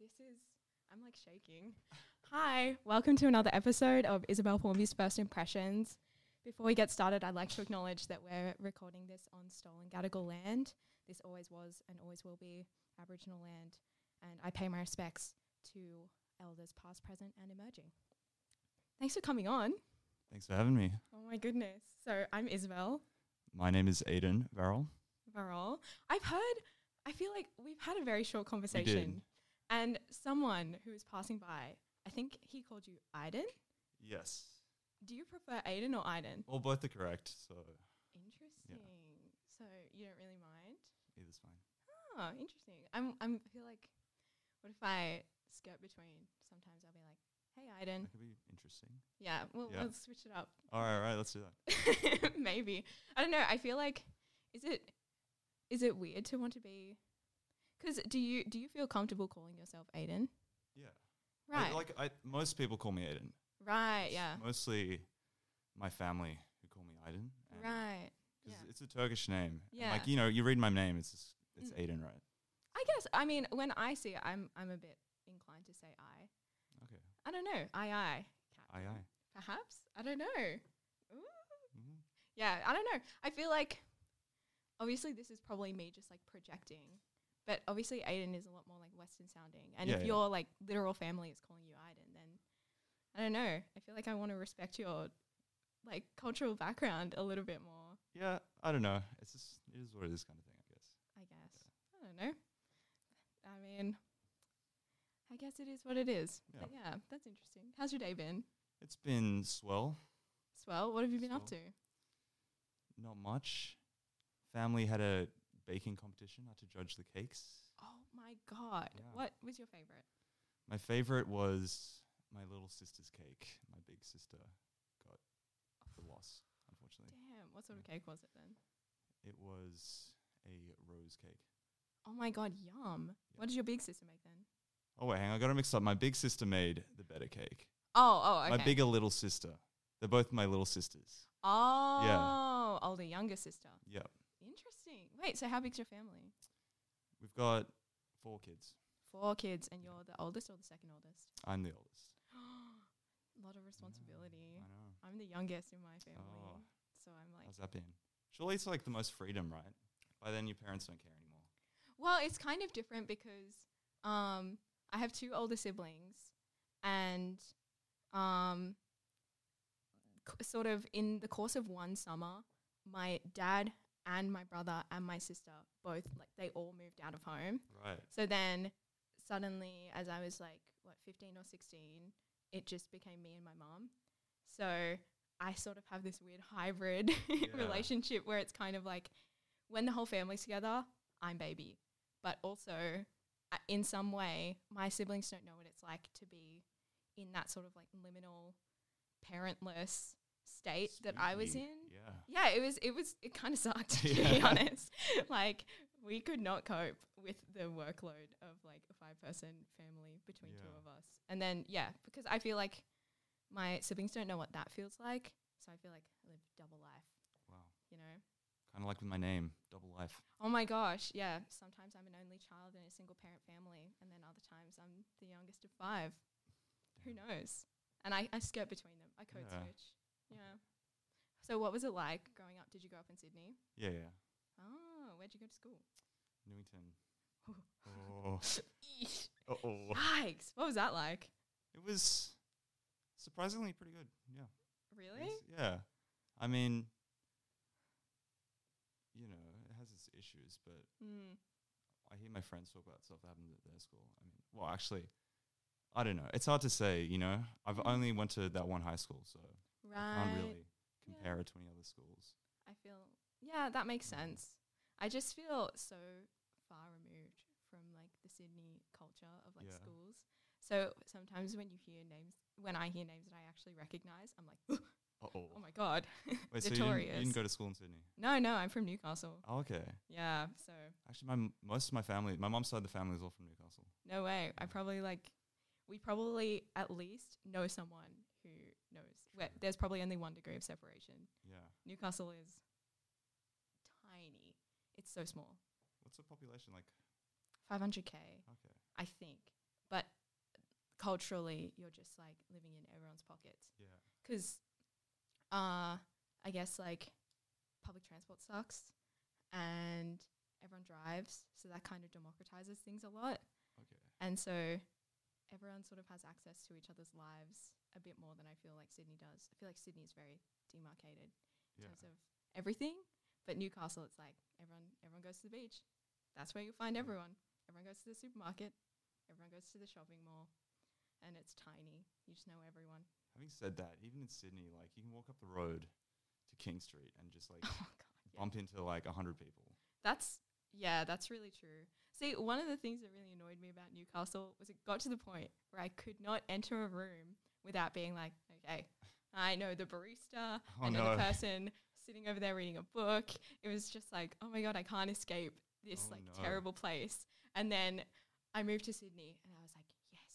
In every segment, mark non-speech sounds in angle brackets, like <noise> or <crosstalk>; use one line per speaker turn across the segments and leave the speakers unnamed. This is. I'm like shaking. Hi, welcome to another episode of Isabel Formby's First Impressions. Before we get started, I'd like to acknowledge that we're recording this on stolen Gadigal land. This always was and always will be Aboriginal land, and I pay my respects to elders past, present, and emerging. Thanks for coming on.
Thanks for having me.
Oh my goodness. So I'm Isabel
My name is Aiden Varrell.
Varol. I've heard, I feel like we've had a very short conversation. And someone who was passing by, I think he called you Aiden.
Yes.
Do you prefer Aiden or Aiden?
Well, both are correct, so
Interesting. So you don't really mind?
either's fine.
Oh, interesting. I'm, I'm, I feel like, what if I skirt between? Sometimes I'll be like, hey, Aiden.
<laughs> That could be interesting.
Yeah, we'll,
Yeah.
we'll switch it up. <laughs>
All right, all right, let's do that.
Maybe. I don't know. I feel like, is it, is it weird to want to be? Because do you do you feel comfortable calling yourself Aiden?
Yeah. I-
Right.
like I, most people call me Aiden.
right.
It's
Yeah.
Mostly my family who call me Aiden. and-
Right.
'cause
yeah.
It's a Turkish name. and,
Yeah.
Like you know, you read my name, it's just, it's
Mm.
Aiden, right?
I guess. I mean, when I see it, I'm I'm a bit inclined to say I.
Okay.
I don't know. I I.
I
Captain,
I.
Perhaps. I don't know. Ooh.
Mhm.
Yeah. I don't know. I feel like obviously this is probably me just like projecting, but obviously Aiden is a lot more like Western sounding, and
Yeah,
if
yeah.
your like literal family is calling you Aiden, then I don't know. I feel like I want to respect your like cultural background a little bit more.
Yeah, I don't know. It's just it is what it is kind of thing, I guess.
I guess. I don't know. I mean, I guess it is what it is.
Yeah.
But yeah, that's interesting. How's your day been?
It's been swell.
Swell. What have you been up to?
Swell. Not much. Family had a baking competition. I had to judge the cakes.
Oh my god.
Yeah.
What was your favorite?
My favorite was my little sister's cake. My big sister got the loss, unfortunately.
Damn. What sort of cake was it then?
It was a rose cake.
Oh my god, yum. What did your big sister make then?
Oh wait, hang on, I got to mix up. My big sister made the better cake.
Oh, oh, okay.
My bigger little sister. They're both my little sisters.
Oh, older younger sister.
Yeah,
Interesting. Wait, so how big's your family?
we've got four kids.
Four kids, and
Yeah.
you're the oldest or the second oldest? <gasps>
I'm the oldest.
A lot of responsibility.
I know.
I'm the youngest in my family,
Oh.
so I'm like
How's that been? Surely it's like the most freedom, right? By then your parents don't care anymore.
Well, it's kind of different because um, I have two older siblings, and um, c- sort of in the course of one summer, my dad and my brother and my sister both like they all moved out of home.
Right.
So then suddenly, as I was like what fifteen or sixteen, it just became me and my mom. So I sort of have this weird hybrid <laughs> relationship where it's kind of like when the whole family's together, I'm baby, but also uh, in some way, my siblings don't know what it's like to be in that sort of like liminal, parentless state that I was
Spooky.
in.
Yeah.
Yeah, it was. It was. It kind of sucked
<laughs>
to be
Yeah.
honest. <laughs> Like we could not cope with the workload of like a five-person family between two
Yeah.
of us, and then yeah, because I feel like my siblings don't know what that feels like, so I feel like I live double life.
Wow.
You know.
Kind of like with my name, double life.
Oh my gosh, yeah. Sometimes I'm an only child in a single-parent family, and then other times I'm the youngest of five. Who
Damn.
knows? And I, I skirt between them. I code
Yeah.
switch. Yeah. So what was it like growing up? Did you grow up in Sydney?
Yeah, yeah.
Oh, where'd you go to
<laughs>
school? <laughs>
Newington. Oh. <laughs> oh.
Yikes! What was that like?
It was surprisingly pretty good. Yeah. It
Really?
was- Yeah. I mean, you know, it has its issues, but
Mm.
I hear my friends talk about stuff that happened at their school. I mean, well, actually, I don't know. It's hard to say, you know. I've
Mm.
only went to that one high school, so
Right.
I can't really
Yeah.
compare it to any other schools.
I feel. Yeah, that makes
Mm.
sense. I just feel so far removed from like the Sydney culture of like
Yeah.
schools. So sometimes when you hear names, when I hear names that I actually recognize, I'm like, <gasps>
Uh-oh.
oh my god, <laughs>
Wait, so you didn't, you
notorious.
didn't go to school in Sydney?
no, no, I'm from Newcastle.
Oh, okay.
Yeah, so
Actually, my m- most of my family, my mom's side of the family is all from Newcastle.
No way. I probably like we probably at least know someone who knows. Where there's probably only one degree of separation.
Yeah.
Newcastle is tiny. It's so small.
What's the population like?
500k,
Okay.
I think. But culturally you're just like living in everyone's pockets
Yeah.
because uh, I guess like public transport sucks and everyone drives, so that kind of democratizes things a lot.
Okay.
And so everyone sort of has access to each other's lives a bit more than I feel like Sydney does. I feel like Sydney is very demarcated in
Yeah.
terms of everything, but Newcastle, it's like everyone everyone goes to the beach. That's where you'll find
Yeah.
everyone. Everyone goes to the supermarket. Everyone goes to the shopping mall, and it's tiny. You just know everyone. <laughs>
Having said that, even in Sydney, like you can walk up the road to King Street and just like
Oh God, <laughs> yeah.
bump into like a hundred people.
That's yeah, that's really true. See, one of the things that really annoyed me about Newcastle was it got to the point where I could not enter a room without being like, okay, I know the barista,
Oh
I know
no.
the person sitting over there reading a book. It was just like, oh my god, I can't escape this
Oh
like
no.
terrible place. And then I moved to Sydney, and I was like, yes,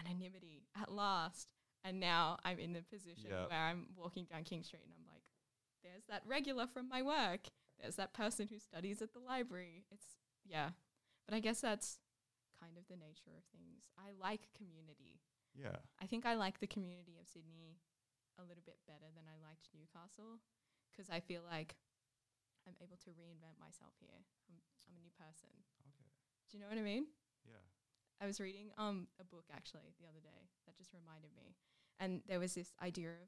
anonymity at last. And now I'm in the position
Yep.
where I'm walking down King Street, and I'm like, there's that regular from my work. There's that person who studies at the library. It's yeah. But I guess that's kind of the nature of things. I like community.
<laughs> Yeah.
I think I like the community of Sydney a little bit better than I liked Newcastle because I feel like I'm able to reinvent myself here. I'm, I'm a new person.
Okay.
Do you know what I mean?
Yeah.
I was reading um a book actually the other day that just reminded me, and there was this idea of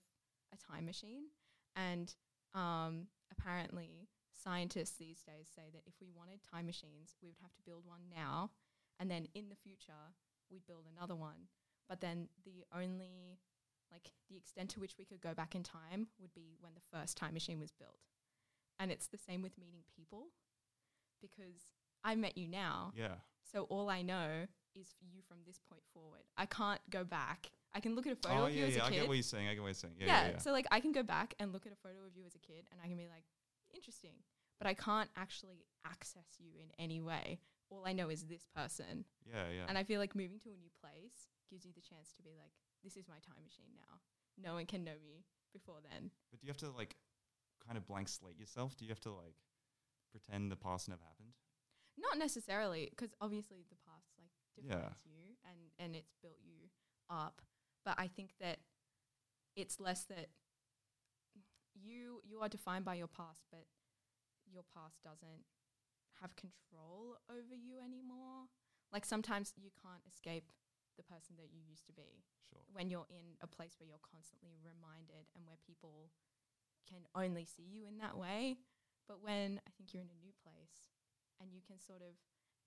a time machine, and um apparently scientists these days say that if we wanted time machines, we would have to build one now, and then in the future we'd build another one. But then the only like the extent to which we could go back in time would be when the first time machine was built, and it's the same with meeting people, because I met you now.
Yeah.
So all I know is for you from this point forward. I can't go back. I can look at a photo
oh
of you
yeah,
as
yeah.
a
I
kid.
get what you're saying. I get what you're saying. Yeah.
yeah,
Yeah. yeah.
So like I can go back and look at a photo of you as a kid and I can be like, interesting. But I can't actually access you in any way. All I know is this person.
yeah, yeah.
And I feel like moving to a new place gives you the chance to be like, this is my time machine now. No one can know me before then.
But do you have to like kind of blank slate yourself? Do you have to like pretend the past never happened?
Not necessarily, because obviously the past like
Yeah.
defines you and and it's built you up. But I think that it's less that you you are defined by your past, but your past doesn't have control over you anymore. Like sometimes you can't escape the person that you used to be
Sure.
when you're in a place where you're constantly reminded and where people can only see you in that way. But when I think you're in a new place and you can sort of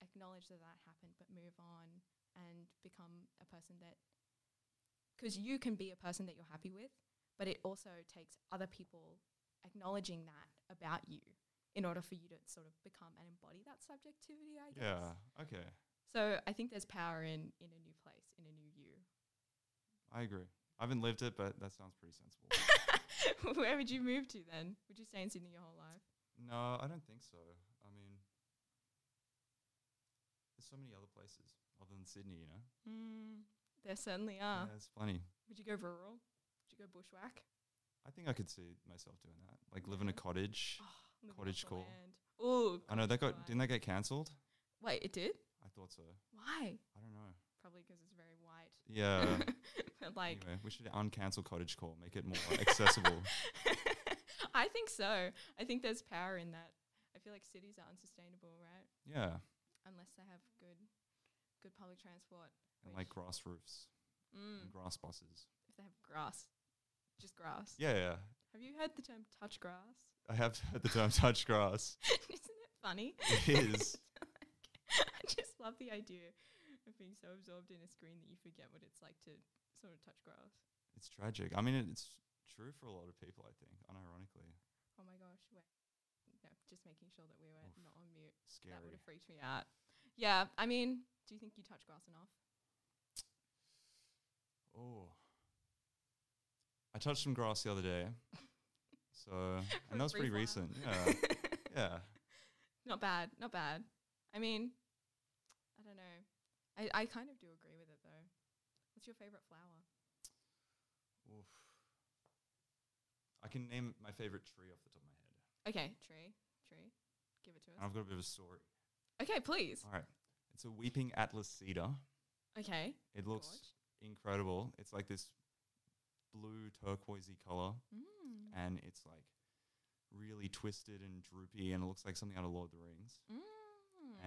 acknowledge that that happened, but move on and become a person that, because you can be a person that you're happy with, but it also takes other people acknowledging that about you in order for you to sort of become and embody that subjectivity, I guess.
Yeah. Okay.
So I think there's power in, in a new place, in a new you.
I agree. I haven't lived it, but that sounds pretty sensible.
<laughs> Where would you move to then? Would you stay in Sydney your whole life?
no, I don't think so. I mean, there's so many other places other than Sydney, you know.
Mm, there certainly are.
Yeah, it's funny.
Would you go rural? Would you go bushwhack?
I think I could see myself doing that. Like live in a
Yeah.
cottage.
Oh, living off
Cottage
the
core.
land. Ooh.
I know that
cottage
got
core.
didn't that get cancelled?
Wait, it did?
I thought so.
Why?
I don't know.
Probably because it's very white.
Yeah.
But <laughs> like,
anyway, we should uncancel cottage core, make it more accessible.
<laughs> I think so. I think there's power in that. I feel like cities are unsustainable, right?
Yeah.
Unless they have good, good public transport.
And
which-
like grass roofs
mm,
and grass buses.
if they have grass, just grass.
Yeah, yeah.
Have you heard the term touch grass?
I have <laughs> heard the term touch grass.
<laughs> Isn't it funny?
It is.
<laughs> I just love the idea of being so absorbed in a screen that you forget what it's like to sort of touch grass.
It's tragic. I mean, it, it's true for a lot of people, I think, unironically.
Oh my gosh, wait. No, just making sure that we were
Oof.
not on mute.
Scary.
That would have freaked me out. Yeah, I mean, do you think you touch grass enough?
Oh. I touched some grass the
<laughs>
other day. So,
For a
and that was pretty
brief while.
recent.
<laughs>
Yeah. yeah.
Not bad, not bad. I mean, I don't know. I, I kind of do agree with it though. What's your favorite flower?
Oof. I can name my favorite tree off the top of my head.
Okay, tree, tree. Give it to
And
us.
I've got a bit of a story.
Okay, please.
All right. It's a weeping atlas cedar.
Okay.
It looks
Gorge.
incredible. It's like this blue turquoisey color,
Mm.
and it's like really twisted and droopy, and it looks like something out of Lord of the Rings.
Mm.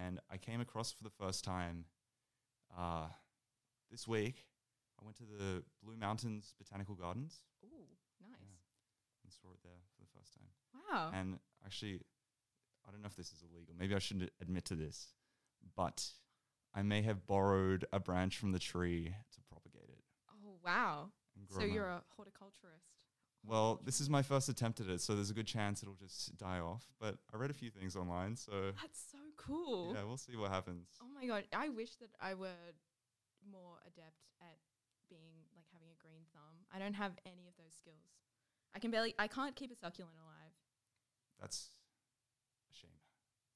And I came across for the first time uh, this week. I went to the Blue Mountains Botanical Gardens
Ooh, nice.
and saw it there for the first time.
Wow.
And actually, I don't know if this is illegal. Maybe I shouldn't admit to this, but I may have borrowed a branch from the tree to propagate it.
oh, wow.
And grow
So
my-
you're a
<laughs>
horticulturist.
well, this is my first attempt at it, so there's a good chance it'll just die off. But I read a few things online, so
That's so cool.
yeah, we'll see what happens.
Oh my god, I wish that I were more adept at being like having a green thumb. I don't have any of those skills. I can barely I can't keep a succulent alive.
That's a shame.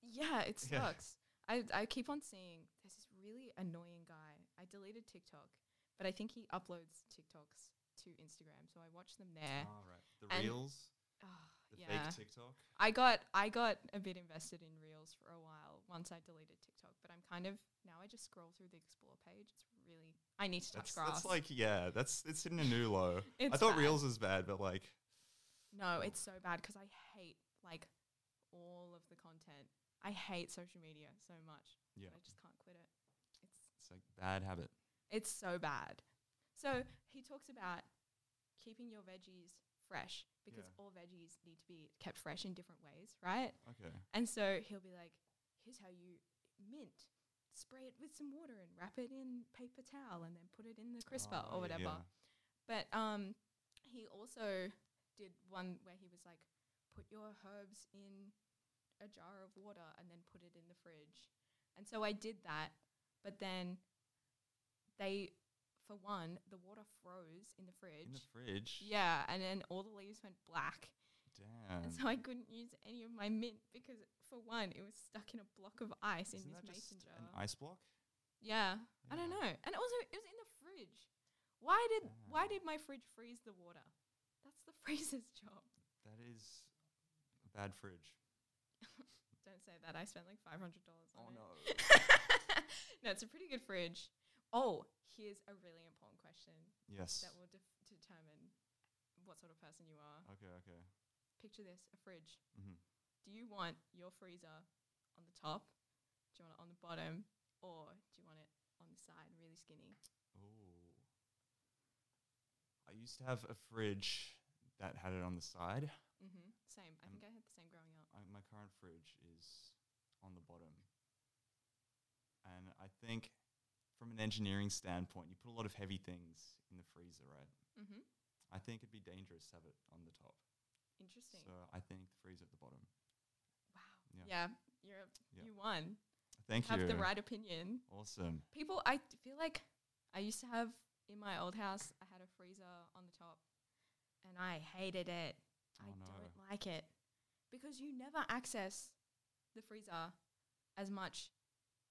Yeah, it
<laughs> Yeah.
sucks. I I keep on seeing there's this really annoying guy. I deleted TikTok, but I think he uploads TikToks to Instagram, so I watch them there.
All right, the
And-
reels,
Ah,
the
yeah.
fake TikTok.
I got I got a bit invested in Reels for a while once I deleted TikTok, but I'm kind of now I just scroll through the explore page. It's really I need to touch
That's,
grass.
that's like yeah, that's it's hitting a new low. I
<laughs> It's
thought
bad.
reels was bad, but like
No, it's so bad because I hate like all of the content. I hate social media so much.
yeah,
I just can't quit it. It's
it's like bad habit.
it's so bad. So he talks about keeping your veggies fresh because
Yeah.
all veggies need to be kept fresh in different ways, right?
Okay.
And so he'll be like, here's how you mint. Spray it with some water and wrap it in paper towel and then put it in the crisper
Oh,
or whatever.
yeah.
But um, he also did one where he was like, put your herbs in a jar of water and then put it in the fridge. And so I did that, but then they, for one, the water froze in the fridge.
In the fridge.
yeah, and then all the leaves went black.
Damn.
And so I couldn't use any of my mint because, for one, it was stuck in a block of ice in
Isn't
this
that just
mason jar.
an ice block?
yeah, I don't
Yeah.
know. And also, it was in the fridge. Why did why
Yeah.
did my fridge freeze the water? That's the <laughs> freezer's job.
That is a bad fridge.
Don't say that. I spent like five hundred dollars on
Oh
it.
no.
<laughs> no, it's a pretty good fridge. Oh, here's a really important question
yes.
that will def- determine what sort of person you are.
Okay, okay.
Picture this: a fridge.
hmm
do you want your freezer on the top? Do you want it on the bottom? Or do you want it on the side, really skinny?
Ooh. I used to have a fridge that had it on the side.
Mm-hmm. Same. I
Um,
think I had the same growing up.
I, my current fridge is on the bottom. And I think from an engineering standpoint, you put a lot of heavy things in the freezer, right?
Mm-hmm.
I think it'd be dangerous to have it on the top.
Interesting.
So I think the freezer at the bottom.
wow.
yeah.
Yeah. You're,
Yeah.
You won.
Thank
Have
you.
the right opinion.
Awesome.
People, I t- feel like I used to have in my old house, I had a freezer on the top and I hated it. I
Oh, no.
don't like it because you never access the freezer as much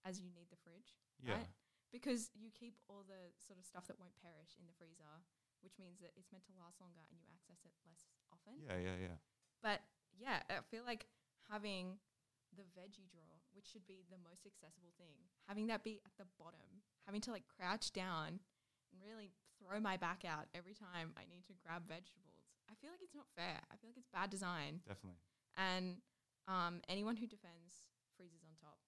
as you need the fridge.
Yeah.
right? because you keep all the sort of stuff that won't perish in the freezer, which means that it's meant to last longer and you access it less often.
Yeah, yeah, yeah.
But yeah, I feel like having the veggie drawer, which should be the most accessible thing, having that be at the bottom, having to like crouch down and really throw my back out every time I need to grab vegetables. I feel like it's not fair. I feel like it's bad design.
Definitely.
And um, anyone who defends freezers on top,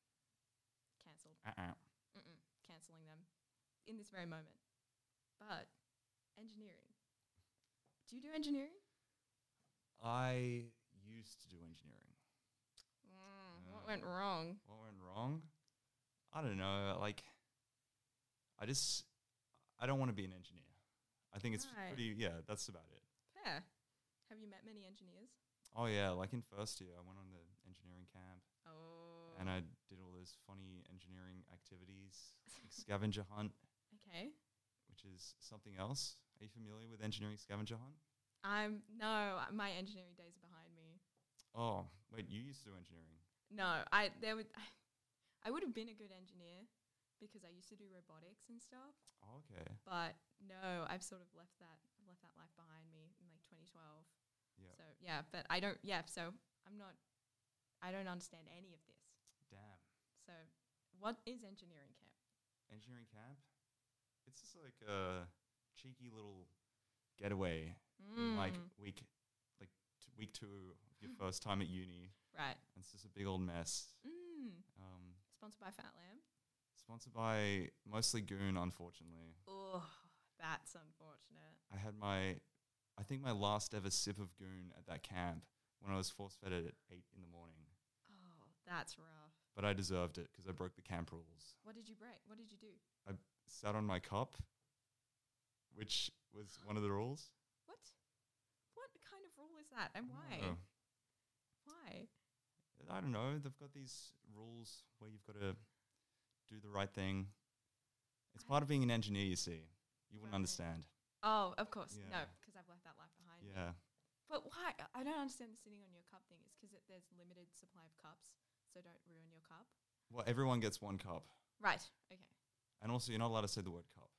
cancelled
Uh-uh.
mm-mm, canceling them in this very moment. But engineering. Do you do engineering?
I used to do engineering.
what
Uh,
went wrong?
What went wrong? I don't know. Like, I just, I don't want to be an engineer. I think it's
Right.
pretty, yeah, that's about it.
Fair. Have you met many engineers?
Oh, yeah, like in first year, I went on the engineering camp
Oh.
and I did all those funny engineering activities, <laughs> like scavenger hunt,
okay.
which is something else. Are you familiar with engineering scavenger hunt?
I'm no. uh, My engineering days are behind me.
Oh, wait, you used to do engineering.
No, I there would. I would have been a good engineer because I used to do robotics and stuff.
Oh, okay.
But no, I've sort of left that I've left that life behind me in like 2012.
Yeah.
So yeah, but I don't. Yeah, so I'm not. I don't understand any of this.
Damn.
So, what is engineering camp?
engineering camp it's just like a cheeky little getaway, in, like
Mm,
week, like t- week two of <laughs> your first time at uni.
right.
It's just a big old mess.
Mm.
Um,
Sponsored by Fat Lamb.
sponsored by mostly Goon, unfortunately.
Oh, that's unfortunate.
I had my, I think my last ever sip of Goon at that camp when I was force fed it at eight in the morning.
Oh, that's rough.
But I deserved it because I broke the camp rules.
What did you break? What did you do?
Sat on my cup, which was one of the rules.
What? What kind of rule is that, and why?
Oh.
Why?
I don't know. They've got these rules where you've got to do the right thing. It's
I-
part of being an engineer, you see. You wouldn't
Right.
understand.
Oh, of course, No, 'cause no,
Yeah.
because I've left that life behind. me.
Yeah.
But why? I- I don't understand the sitting on your cup thing. It's because there's limited supply of cups, so don't ruin your cup.
Well, everyone gets one cup.
Right. Okay.
And also, you're not allowed to say the word cup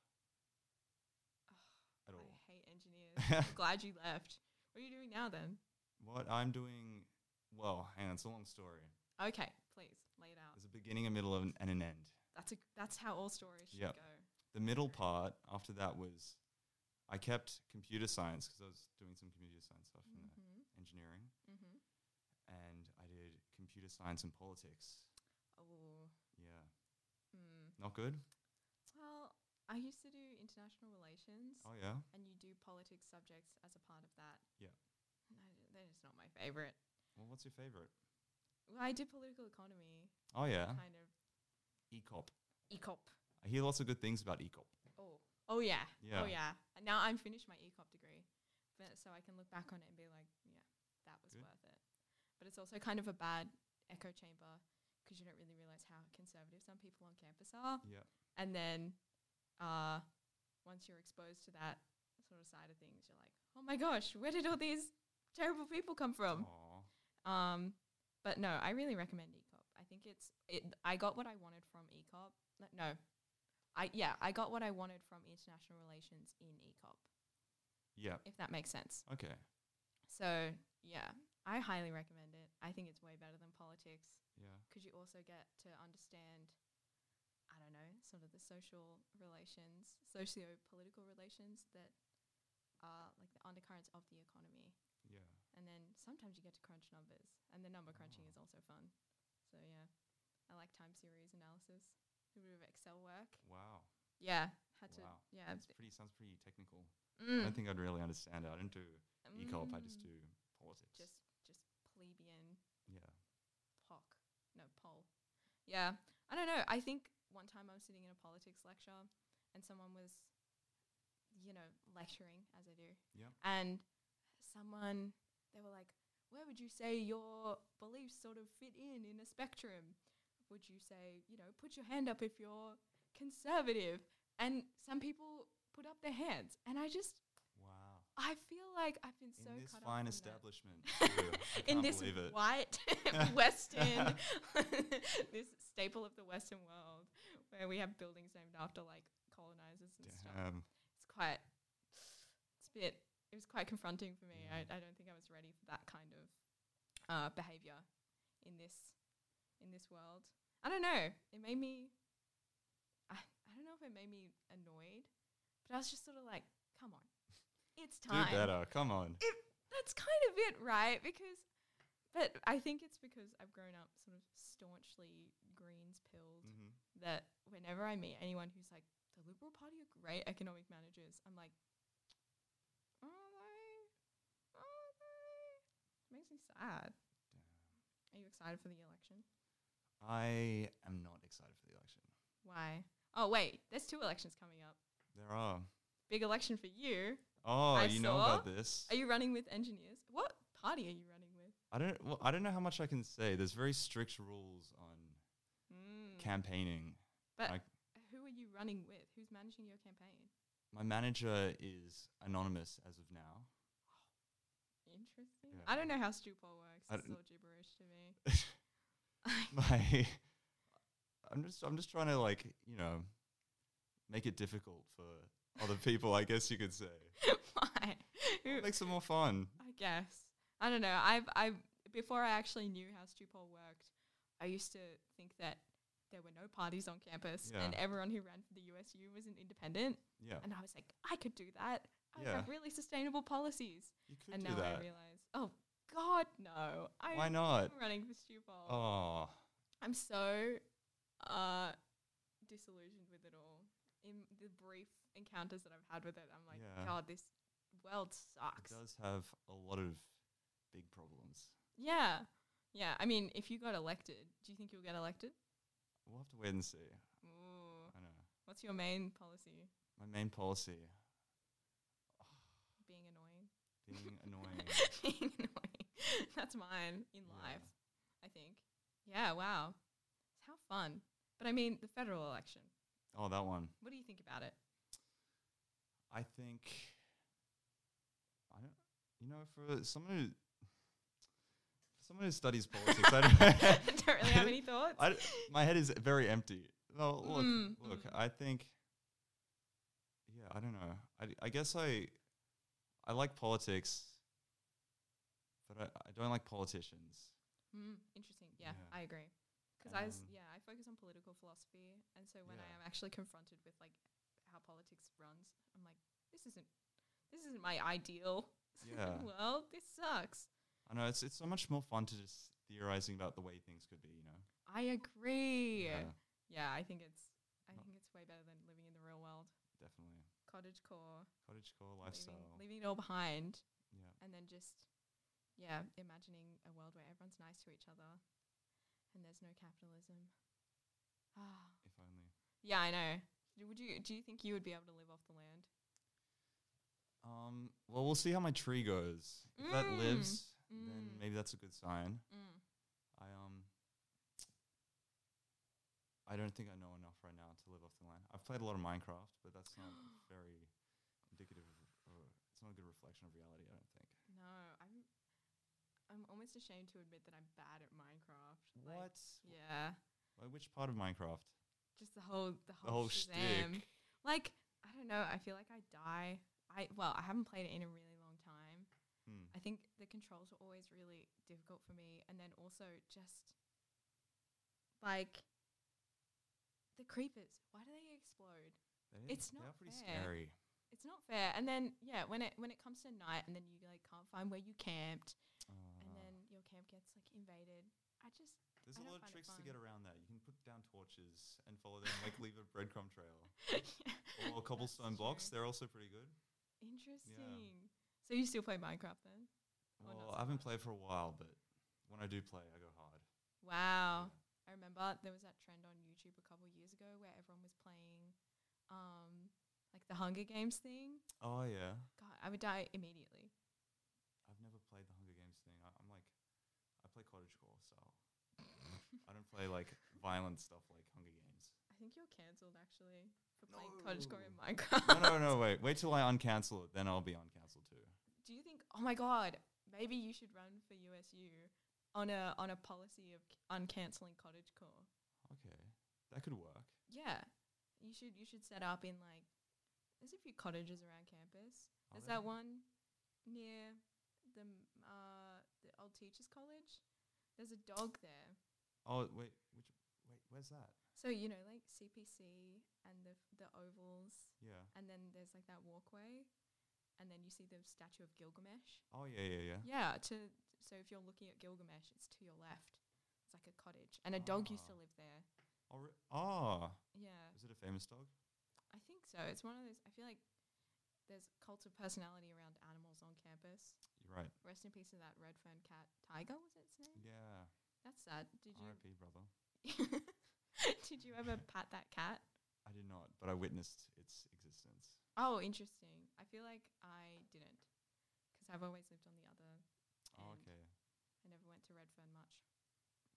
at all.
I hate engineers.
<laughs>
<laughs> I'm glad you left. What are you doing now then?
What I'm doing, well, hang on, it's a long story.
Okay, please lay it out.
There's a beginning, a middle, and and an end.
That's a that's how all stories should
Yep.
go.
The middle part after that was I kept computer science because I was doing some computer science stuff in the
Mm-hmm.
engineering,
Mm-hmm.
and I did computer science and politics.
Oh.
Yeah,
Mm.
not good.
Well, I used to do international relations,
Oh yeah,
and you do politics subjects as a part of that.
Yeah.
No, that is not my favorite.
well, what's your favorite?
Well, I did political economy,
Oh yeah,
kind of
ecop.
ecop.
I hear lots of good things about ecop.
Oh, oh yeah,
Yeah.
oh yeah. Now I'm finished my ecop degree, but so I can look back on it and be like, yeah, that was
Good.
worth it. But it's also kind of a bad echo chamber because you don't really realize how conservative some people on campus are.
Yeah,
And then uh, once you're exposed to that sort of side of things, you're like, oh my gosh, where did all these terrible people come from?
Aw,
Um, but no, I really recommend ECOP. I think it's it. I got what I wanted from ECOP. Like, No, I yeah, I got what I wanted from international relations in ECOP.
yeah.
If that makes sense.
Okay,
So yeah, I highly recommend it. I think it's way better than politics
yeah.
because you also get to understand, I don't know, sort of the social relations, socio-political relations that are like the undercurrents of the economy.
Yeah.
And then sometimes you get to crunch numbers, and the number crunching
Ah.
is also fun. So yeah, I like time series analysis, a bit of Excel work.
Wow.
Yeah, had to.
Wow.
Yeah,
That's
b-
pretty sounds pretty technical. I
mm,
don't think I'd really understand it. I didn't do ecop. I just
mm,
do politics.
just just plebeian
yeah.
POC, no poll. Yeah, I don't know. I think one time I was sitting in a politics lecture, and someone was, you know, lecturing as I do.
Yeah.
And someone they were like, "Where would you say your beliefs sort of fit in in a spectrum? Would you say, you know, put your hand up if you're conservative?" And some people put up their hands, and I just
Wow.
I feel like I've been so
In this
cut off
fine
from that <laughs>
establishment, too. I
in
can't
this
believe it. <laughs>
white West End, <laughs> this staple of the Western world, where we have buildings named after like colonizers and stuff.
Damn.
It's quite, it's a bit, it was quite confronting for me.
Yeah.
I, I don't think I was ready for that kind of uh, behavior in this in this world. I don't know. It made me. I, I don't know if it made me annoyed, but I was just sort of like, come on, it's time
Do better. Come on.
that's kind of it, right? Because, but I think it's because I've grown up sort of staunchly greens pilled
hmm
that whenever I meet anyone who's like, the Liberal Party are great economic managers, I'm like, are they? Are they? Makes me sad. Are you excited for the election?
I am not excited for the election.
Why? Oh, wait, there's two elections coming up.
There are.
Big election for you.
Oh,
I
you know
saw-
about this.
Are you running with engineers? What party are you running with?
I don't. Well, I don't know how much I can say. There's very strict rules on Hmm.
Mm.
campaigning.
But
I-
who are you running with? Who's managing your campaign?
My manager is anonymous as of now. <laughs>
Interesting.
Yeah.
I don't know how Stupor works.
I
It's
don't-
all gibberish to
<laughs>
me. <laughs>
my I'm just I'm just trying to like, you know, make it difficult for other people, I guess you could say.
<laughs> Why? Who,
Makes it more fun.
I guess. I don't know. I've I before I actually knew how Stupor worked, I used to think that there were no parties on campus
Yeah.
and everyone who ran for the USU was an independent.
Yeah,
And I was like, I could do that. I would have
Yeah.
really sustainable policies.
you could
and
do
now I
that.
realize, oh God, no. I
Why not?
am running for Stupol.
Oh,
I'm so uh, disillusioned with it all. In the brief encounters that I've had with it, I'm like,
Yeah.
God, this world
it
sucks.
does have a lot of big problems.
Yeah. Yeah. I mean, if you got elected, do you think you'll get elected?
We'll have to wait and see.
Ooh.
I know.
What's your main policy?
My main policy
Being annoying. <laughs>
being annoying.
Being annoying. <laughs> That's mine in
Yeah.
life, I think. Yeah, wow. How fun. But I mean, the federal election.
Oh, that one.
What do you think about it?
I think I don't. You know, for someone who someone who studies politics,
<laughs>
I
I
don't,
don't really
<laughs>
have any thoughts.
I d my head is very empty. No, look,
Mm,
look.
mm.
I think. Yeah, I don't know. I, d- I guess I, I like politics, but I, I don't like politicians.
Mm, interesting. Yeah,
Yeah.
I agree. Because I, s-
Um,
yeah, I focus on political philosophy, and so when I
Yeah.
am actually confronted with like how politics runs, I'm like, this isn't, this isn't my ideal <laughs>
Yeah.
world. This sucks.
I know it's it's so much more fun to just theorizing about the way things could be. You know.
I agree. Yeah, I think it's, I think it's way better than living in the real world,
definitely.
cottage core,
Cottage core lifestyle.
leaving, leaving it all behind,
Yeah.
and then just, yeah, imagining a world where everyone's nice to each other, and there's no capitalism. Ah.
If only.
Yeah, I know. D- Would you? Do you think you would be able to live off the land?
Um, well, we'll see how my tree goes. If that
Mm.
lives,
Mm.
then maybe that's a good sign.
Mm.
I um, I don't think I know enough right now to live off the land. I've played a lot of Minecraft, but that's
<gasps>
not very indicative of, or it's not a good reflection of reality. I don't think.
No, I'm. I'm almost ashamed to admit that I'm bad at Minecraft. Like,
What?
Yeah,
Like which part of Minecraft?
just the whole the
The
whole,
whole
shazam.
shtick.
Like I don't know. I feel like I die. I well, I haven't played it in a really long time.
Hmm.
I think the controls were always really difficult for me, and then also just like the creepers. Why do they explode?
They-
It's
they
not
are pretty
fair.
scary.
it's not fair. And then yeah, when it when it comes to night and then you like can't find where you camped and
Uh,
then your camp gets like invaded. I just <laughs>
There's
I
a
don't
lot of
find it
tricks to
fun.
get around that. You can put down torches and follow them, like leave a breadcrumb trail.
<laughs>
Or
true.
cobblestone
Oh,
blocks, they're also pretty good.
interesting. So you still play Minecraft then? Or not
Well,
so
I haven't
much.
played for a while, but when I do play, I go hard.
Wow. I remember there was that trend on YouTube a couple years ago where everyone was playing um like the Hunger Games thing.
Oh yeah,
God, I would die immediately.
I've never played the Hunger Games thing. I, I'm like, I play cottagecore, so I don't play like violent stuff like Hunger Games.
I think you're cancelled actually for playing
No.
cottagecore in Minecraft.
No, no, no. Wait, wait till I uncancel it, then I'll be uncancelled too.
do you think oh my god maybe you should run for usu on a on a policy of c- uncancelling cottage core
Okay, that could work.
yeah you should you should set up in like there's a few cottages around campus
Are
there's
there?
that one near the m- uh the old teachers college there's a dog there
Oh wait, which wait, where's that?
so you know like cpc and the f- the ovals
Yeah.
and then there's like that walkway and then you see the statue of gilgamesh
Oh yeah, yeah, yeah.
Yeah, to so if you're looking at Gilgamesh, it's to your left. It's like a cottage, and a dog used to
Ah.
live there.
Oh, re- oh,
Yeah,
is it a famous dog?
I think so. It's one of those. I feel like there's cults of personality around animals on campus.
You're right.
Rest in peace to that red fern cat, Tiger was its name.
Yeah.
That's sad. Did you
R.I.P. Brother.
<laughs> did you ever pat that cat?
I did not, but I witnessed its existence.
Oh, interesting. I feel like I didn't, because I've always lived on the other.
Oh,
end.
okay.
I never went to Redfern much.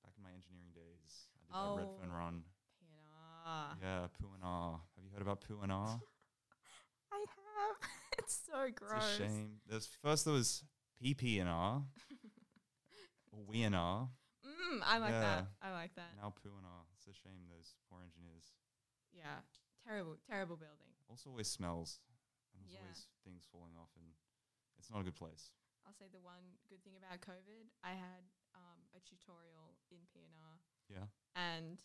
Back in my engineering days, I did that red
Oh.
Redfern run.
P&R.
Yeah, Poonar. Have you heard about Ah? Poonar?
I have. <laughs> it's so
It's
gross.
a shame. There's first there was PP
<laughs>
and R, we and R,
Mm, I like that. I like that.
now Poo and R. It's a shame those poor engineers.
Yeah. Terrible, terrible building.
Also, always smells, and there's
Yeah.
always things falling off, and it's not a good
<laughs>
place.
I'll say the one good thing about COVID, I had um, a tutorial in PNR.
Yeah.
And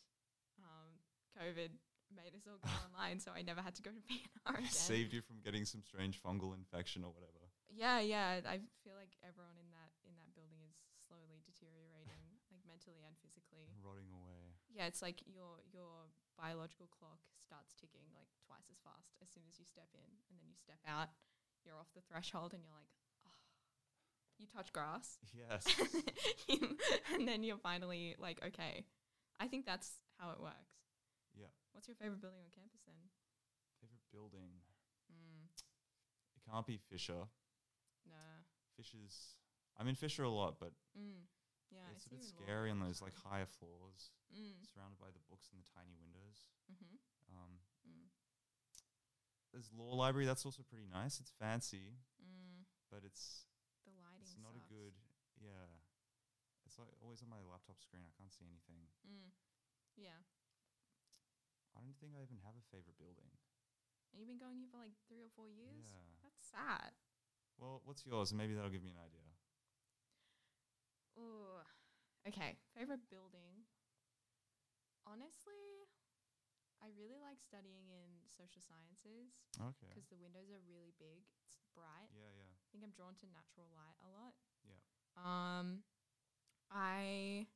um, COVID made us all go online, so I never had to <laughs> go to PNR again.
Saved you from getting some strange fungal infection or whatever.
Yeah, yeah. I feel like everyone in that in that building is slowly deteriorating, like mentally and physically.
Rotting
<laughs>
away.
Yeah, it's like your your biological clock starts ticking like twice as fast as soon as you step in, and then you step out, you're off the threshold, and you're like, oh, you touch grass, <laughs>
<laughs> Yes.
and then you're finally like, okay. I think that's how it works.
Yeah.
What's your favorite building on campus then?
Favorite building.
Mm,
It can't be Fisher.
no.
Fisher's. I'm in Fisher a lot, but
Mm, yeah. I
it's
see
a bit
you in law
scary
all
on
the
those like
time.
higher floors,
Mm,
surrounded by the books and the tiny windows.
mm-hmm,
Um,
mm,
there's law library. That's also pretty nice. It's fancy,
mm.
but it's
The lighting
it's not
sucks.
a good. Yeah. It's like always on my laptop screen. I can't see anything.
Mm. Yeah.
I don't think I even have a favorite building.
And you've been going here for like three or four years?
Yeah.
That's sad.
Well, what's yours? And maybe that'll give me an idea.
Ooh. Okay. Favorite building? Honestly, I really like studying in social sciences
Okay.
because the windows are really big. It's bright.
Yeah, yeah.
I think I'm drawn to natural light a lot.
Yeah.
Um, I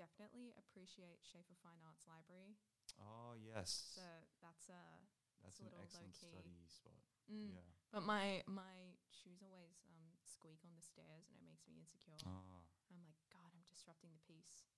definitely appreciate Schaefer Fine Arts Library.
Oh yes,
So that's a
that's
a
an
little
excellent
low-key.
study spot.
mm.
Yeah.
But my my shoes always um, squeak on the stairs, and it makes me insecure.
Oh,
I'm like, God, I'm disrupting the peace.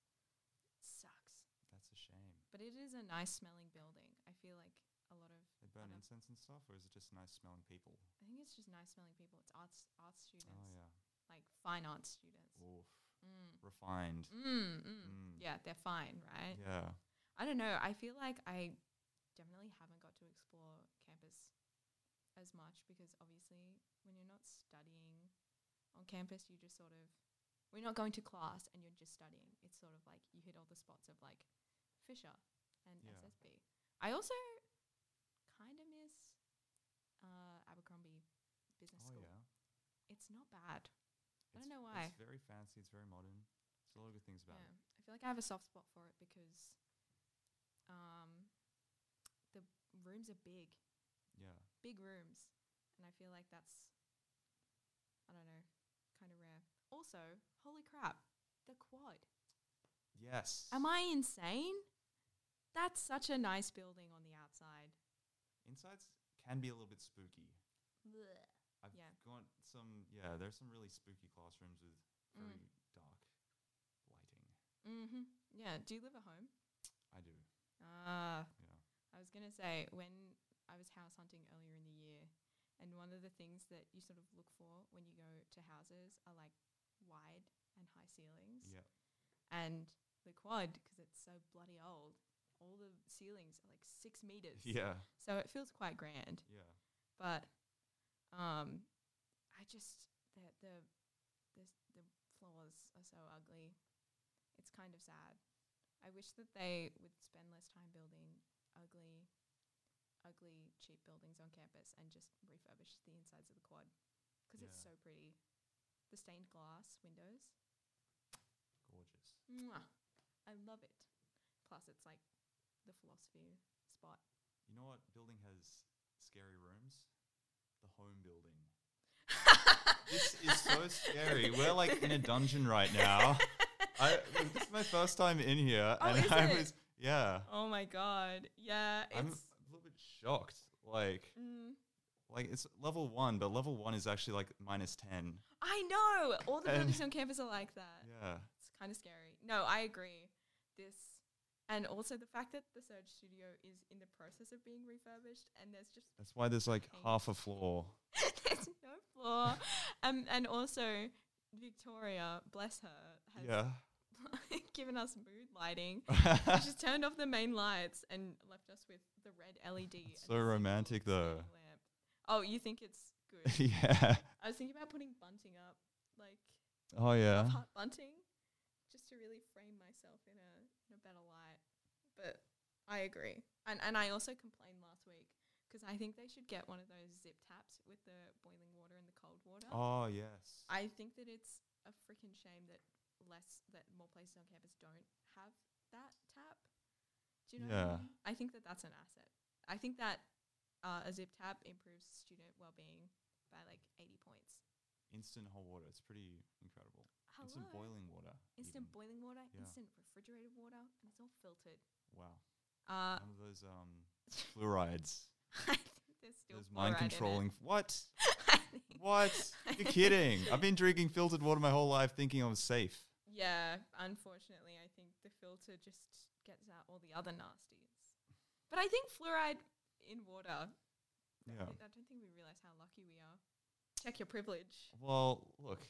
sucks.
that's a shame.
But it is a nice smelling building. I feel like a lot of
They burn
know.
incense and stuff, or is it just nice smelling people?
I think it's just nice smelling people. It's arts art students,
Oh yeah.
like fine art students.
Oof.
Mm.
Refined.
Mm, mm.
Mm.
Yeah, they're fine, right?
Yeah.
I don't know. I feel like I definitely haven't got to explore campus as much because obviously when you're not studying on campus, you just sort of we're not going to class and you're just studying. It's sort of like you hit all the spots of like Fisher and
Yeah.
SSB. I also kind of miss uh, Abercrombie Business
Oh
School.
yeah.
It's not bad. I don't
It's-
know why.
It's very fancy. It's very modern. There's a lot of good things about
Yeah, I feel like I have a soft spot for it because um, the rooms are big,
it. Yeah.
big rooms, and I feel like that's I don't know, kind of rare. Also, holy crap, the quad!
Yes.
Am I insane? That's such a nice building on the outside.
Insides can be a little bit spooky.
Blech.
I've
Yeah.
got some. Yeah, there's some really spooky classrooms with
Mm.
very dark lighting.
Mhm. Yeah. Do you live at home?
I do.
Ah.
Yeah.
I was gonna say when I was house hunting earlier in the year, and one of the things that you sort of look for when you go to houses are like wide and high ceilings,
Yeah.
and the quad because it's so bloody old. All the ceilings are like six meters,
<laughs> Yeah.
so it feels quite grand.
Yeah.
But um, I just the the the, s- the floors are so ugly. It's kind of sad. I wish that they would spend less time building ugly, ugly cheap buildings on campus and just refurbish the insides of the quad because it's so
Yeah.
pretty. The stained glass windows,
Gorgeous.
Mwah. I love it. Plus, it's like the philosophy spot.
You know what building has scary rooms? The home building. <laughs> this
<laughs>
is so scary. We're like in a dungeon right now. I, this is my first time in here,
Oh,
and
is
I
it?
was yeah.
Oh my god! Yeah,
I'm
it's.
a little bit shocked. Like,
mm.
like it's level one, but level one is actually like minus ten.
I know. All the
And-
buildings on campus are like that.
Yeah,
It's kind of scary. No, I agree. This and also the fact that the Surge Studio is in the process of being refurbished and there's just
that's why there's like
Hang-
half a floor.
<laughs> there's no floor. um, and also Victoria, bless her, has
Yeah,
<laughs> given us mood lighting.
<laughs>
She's turned off the main lights and left us with the red LED. and the
so
single
romantic, though.
ceiling lamp. Oh, you think it's good?
<laughs> yeah.
I was thinking about putting bunting up, like
Oh yeah.
Hot bunting just to really frame myself in a in a better light. But I agree. And and I also complained last week because I think they should get one of those zip taps with the boiling water and the cold water.
Oh yes.
I think that it's a freaking shame that less that more places on campus don't have that tap. Do you know? what I
Yeah.
mean? I think that that's an asset. I think that uh, a zip tab improves student well-being by like 80 points.
Instant hot water. It's pretty incredible.
Hello.
Instant boiling water.
Instant
even.
boiling water,
Yeah.
instant refrigerated water, and it's all filtered.
Wow.
Uh, <laughs>
One of those um fluorides.
I think there's still
Those
fluoride
mind
in it.
controlling. What?
<laughs> I think-
What?
<laughs>
You're kidding. I've been drinking filtered water my whole life thinking I was safe.
<laughs> Yeah, unfortunately, I think the filter just gets out all the other nasties. But I think fluoride in water. I
Yeah.
don't- I don't think we realize how lucky we are. Check your privilege.
Well, look,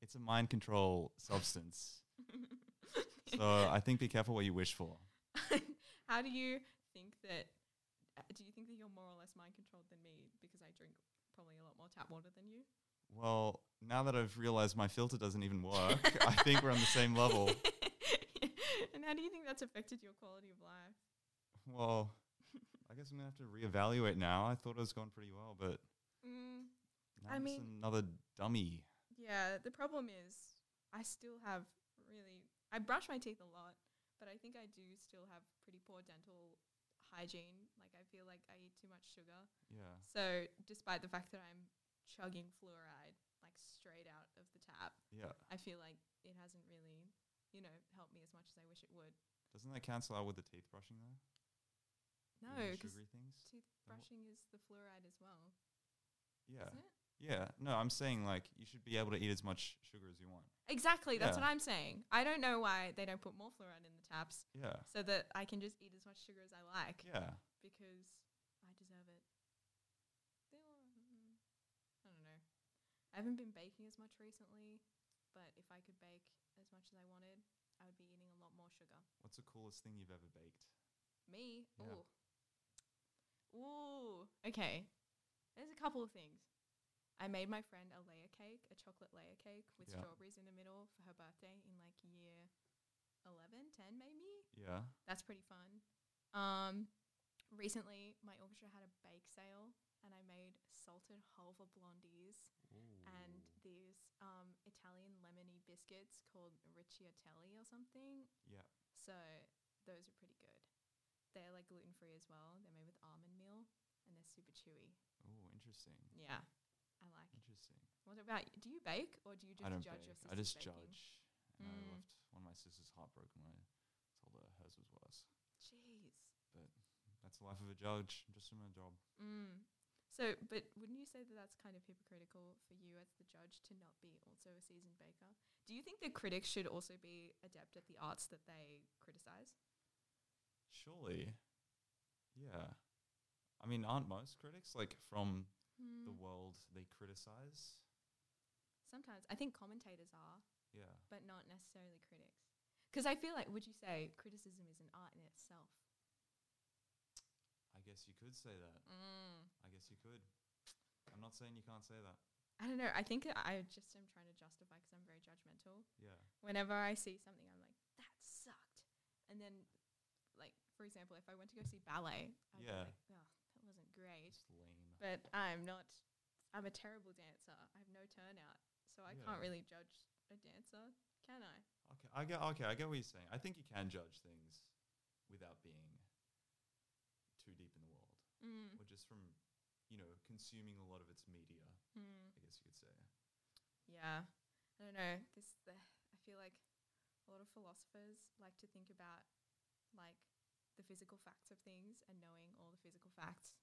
it's a mind control substance. <laughs> so I think be careful what you wish for.
<laughs> how do you think that? uh, Do you think that you're more or less mind controlled than me because I drink probably a lot more tap water than you?
Well, now that I've realized my filter doesn't even work, I think we're on the same level.
<laughs> and how do you think that's affected your quality of life?
Well, I guess I'm gonna have to reevaluate now. I thought it was going pretty well, but
Mm,
now
I
I'm just
mean-
another dummy.
Yeah, the problem is I still have really I brush my teeth a lot, but I think I do still have pretty poor dental hygiene. Like I feel like I eat too much sugar.
Yeah.
So despite the fact that I'm chugging fluoride like straight out of the tap,
Yeah.
I feel like it hasn't really, you know, helped me as much as I wish it would.
Doesn't that cancel out with the teeth brushing though?
No,
Even the
'cause
sugary things.
teeth brushing is the fluoride as well,
Yeah.
isn't it?
Yeah. No, I'm saying like you should be able to eat as much sugar as you want.
Exactly, that's
Yeah.
what I'm saying. I don't know why they don't put more fluoride in the taps
Yeah.
so that I can just eat as much sugar as I like.
Yeah.
because I deserve it. They were, mm, I don't know. I haven't been baking as much recently, but if I could bake as much as I wanted, I would be eating a lot more sugar.
What's the coolest thing you've ever baked?
Me?
Yeah.
Ooh. Ooh. Okay. There's a couple of things. I made my friend a layer cake, a chocolate layer cake with
Yeah.
strawberries in the middle for her birthday in like year 11, 10 maybe.
Yeah.
That's pretty fun. Um, recently, my orchestra had a bake sale, and I made salted halva blondies and these um, Italian lemony biscuits called ricciatelli or something.
Yeah.
So those are pretty good. They're like gluten free as well. They're made with almond meal, and they're super chewy.
Oh, interesting.
Yeah, I like. it.
Interesting.
What about y- do you bake or do you just
I don't
judge
bake.
your sister's
I just
baking?
judge. And I
Mm.
left one of my sisters heartbroken when I told her hers was worse.
Jeez.
That's the life of a judge. I'm just doing my job.
Mm. So, but wouldn't you say that that's kind of hypocritical for you as the judge to not be also a seasoned baker? Do you think that critics should also be adept at the arts that they criticize?
Surely. Yeah. I mean, aren't most critics like from the
Mm.
world they criticize?
Sometimes I think commentators are,
Yeah.
but not necessarily critics. Because I feel like, would you say criticism is an art in itself?
I guess you could say that. I guess you could. I'm not saying you can't say that.
I don't know. I think I just am trying to justify because I'm very judgmental.
Yeah.
whenever I see something, I'm like, that sucked. And then, like, for example, if I went to go see ballet, I'd
Yeah.
be like, oh, that wasn't great.
It's lame.
But I'm not, I'm a terrible dancer. I have no turnout. So I can't
Yeah.
really judge a dancer, can I?
Okay, I get. Okay, I get what you're saying. I think you can judge things without being too deep in the world,
Mm.
or just from, you know, consuming a lot of its media.
Mm.
I guess you could say.
Yeah. I don't know. This, the, I feel like a lot of philosophers like to think about, like, the physical facts of things and knowing all the physical facts.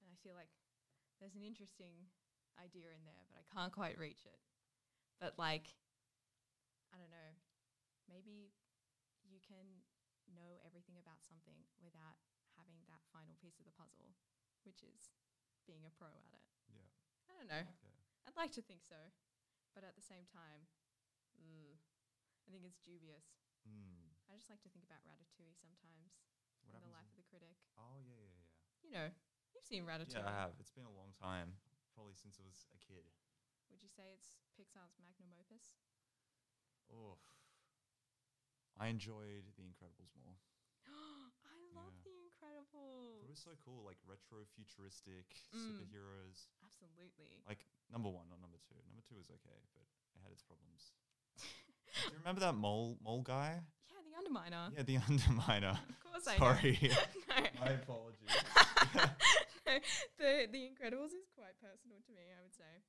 And I feel like there's an interesting idea in there, but I can't quite reach it. But like, I don't know, maybe you can know everything about something without having that final piece of the puzzle, which is being a pro at it.
Yeah.
I don't know.
Okay.
I'd like to think so, but at the same time, mm, I think it's dubious.
Mm.
I just like to think about Ratatouille sometimes,
What
and the life
happens?
of the critic.
if- oh yeah, yeah, yeah.
You know, you've seen Ratatouille.
Yeah, I have. It's been a long time, probably since I was a kid.
Would you say it's Pixar's magnum opus? <gasps>
Oh. I enjoyed The Incredibles more.
I love The
Yeah. I thought
Incredibles.
It was so cool, like retro futuristic
Mm.
superheroes.
Absolutely.
Like number one, not number two.
<laughs>
Number two was okay, but it had its problems. Do you remember that mole mole guy?
Yeah, the the Underminer.
Yeah, the <laughs> Underminer.
Of course I know.
Sorry.
<laughs> no.
<laughs> My apologies.
<laughs> no, the The Incredibles is quite personal to me. I would say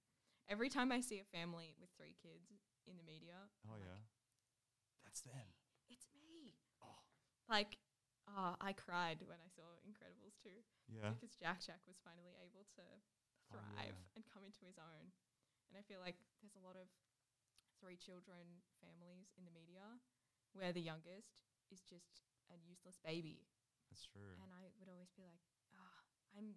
every time I see a family with three kids in the media,
Oh
I'm like,
yeah, that's them.
it's me.
Oh.
Like, uh, I cried when I saw Incredibles two
Yeah.
because Jack Jack was finally able to
Oh,
thrive
yeah.
and come into his own, and I feel like there's a lot of three children families in the media where the youngest is just a useless baby
That's true.
and I would always be like, ah, I'm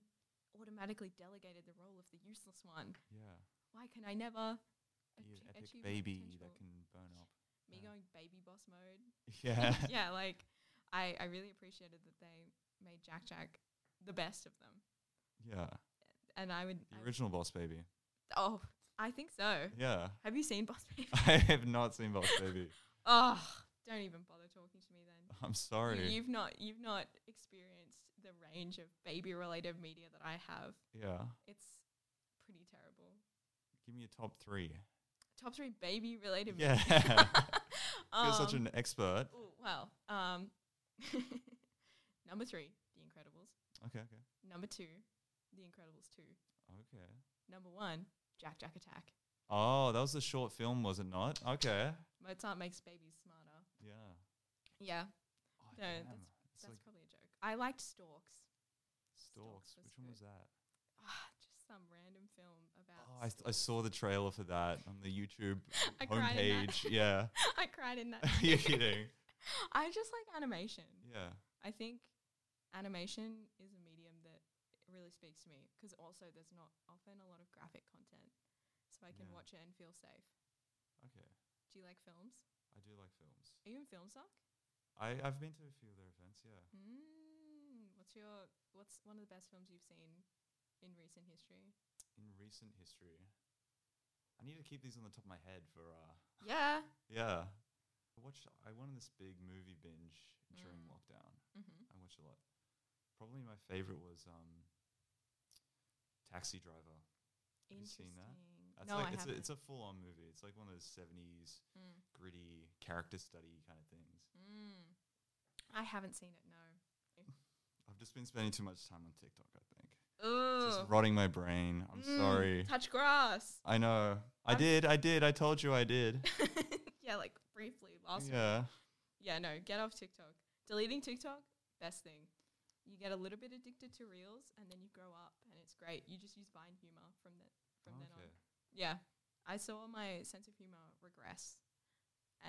automatically delegated the role of the useless one.
Yeah.
Why can I never
Be an
achie-
epic
achieve my
baby that
potential?"
can burn
<laughs>
up. <laughs>
me
yeah.
going baby boss mode?
Yeah. <laughs>
yeah, like I, I really appreciated that they made Jack Jack the best of them,
yeah.
and I would I
The
would-
original Boss
<laughs>
Baby.
oh I think so.
Yeah. <laughs>
Have you seen Boss Baby?
I have not seen Boss Baby.
oh, don't even bother talking to me then.
I'm
You-
Uh, sorry.
You've not you've not experienced the range of baby related media that I have.
yeah.
It's pretty terrible.
Give me a top three.
top three baby related <laughs>
Yeah. <laughs>
movies.
You're such
Um,
an expert.
ooh, well, um, <laughs> number three, The Incredibles.
Okay. Okay.
Number two, The Incredibles two.
Okay.
Number one, Jack Jack Attack.
Oh, that was a short film, was it not? Okay.
Mozart makes babies smarter.
Yeah.
Yeah,
Oh,
No,
damn.
that's-
It's
that's
like
probably a joke. I liked Storks.
Stalks.
Stalks was
Which one
good.
was that?
Ah, just some random film about.
Oh, I, s- I saw the trailer for that on the YouTube
<laughs> I cried in that.
homepage. Yeah.
I cried
<laughs>
in that.
You're kidding.
I just like animation.
Yeah.
I think animation is a medium that really speaks to me because also there's not often a lot of graphic content, so I can
Yeah.
watch it and feel safe.
Okay.
Do you like films?
I do like films.
Are you in film suck?
I, I've been to a few of their events, yeah.
Mm, what's your what's one of the best films you've seen in recent history?
In recent history. I need to keep these on the top of my head for uh
Yeah.
yeah. I watched I went on this big movie binge during
Mm.
lockdown.
Mm-hmm.
I watched a lot. Probably my favorite was um Taxi Driver. Have you
Interesting.
seen that? That's
no,
like
I
it's
haven't.
a it's a full on movie. It's like one of those seventies
mm.
gritty character study kind of things.
Mm. I haven't seen it. No.
I've just been spending too much time on TikTok, I think. It's
Ugh.
just rotting my brain. I'm
Mm,
sorry.
Touch grass.
I know. I
I'm-
did. I did. I told you I did.
<laughs> yeah, like briefly last
yeah.
Yeah, no, get off TikTok. Deleting TikTok, best thing. You get a little bit addicted to reels, and then you grow up, and it's great. You just use Vine humor from the, from then on.
Okay.
Yeah, I saw my sense of humor regress,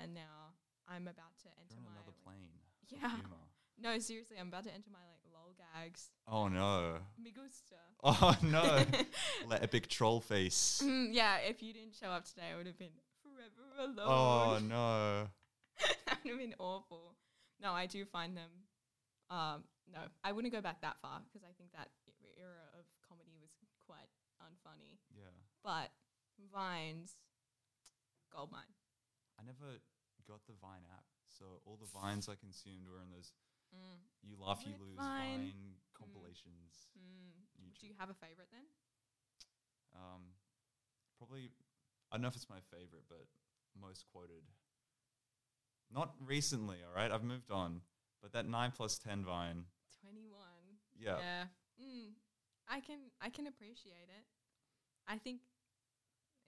and now I'm about to enter
You're
my
on another
like-
plane. of
yeah.
humor.
No, seriously, I'm about to enter my like lol gags.
<laughs> Oh no.
Me gusta.
Oh
<laughs>
no. La epic troll face.
Mm, yeah, if you didn't show up today, I would have been forever alone. <laughs>
Oh no.
that would have been awful. No, I do find them. Um, no, I wouldn't go back that far because I think that e- era of comedy was quite unfunny.
Yeah.
But Vines, goldmine.
I never got the Vine app, so all the vines I consumed were in those
Mm,
"You Laugh, You
Red
Lose"
Vine.
Vine compilations.
mm. Do
YouTube.
you have a favorite then?
Um, probably. I don't know if it's my favorite, but most quoted. Not recently, all right. I've moved on, but that nine plus ten Vine.
Twenty-one.
Yeah.
Yeah. Mm, I can I can appreciate it. I think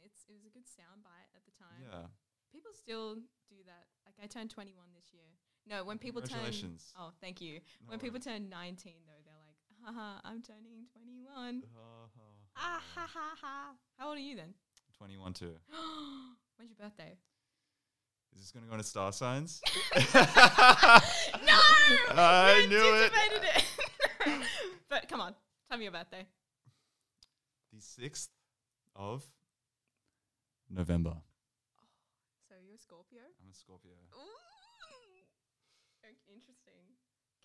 it's it was a good soundbite at the time.
Yeah.
People still do that. Like I turned twenty-one this year. No, when people turn.
Congratulations.
Oh, thank you.
No
when people
worries.
turn 19, though, they're like, haha, I'm turning 21.
Ha, ha,
Ah,
ha.
ha, ha, ha. How old are you then? <gasps>
21 too.
When's your
<laughs>
birthday? <laughs>
Is this going to go into star signs? <laughs>
no!
I
You
knew it.
anticipated it. <laughs> but come on, tell me your birthday.
The 6th of November.
Oh, So you're a Scorpio?
I'm a Scorpio.
Ooh. Okay, Interesting.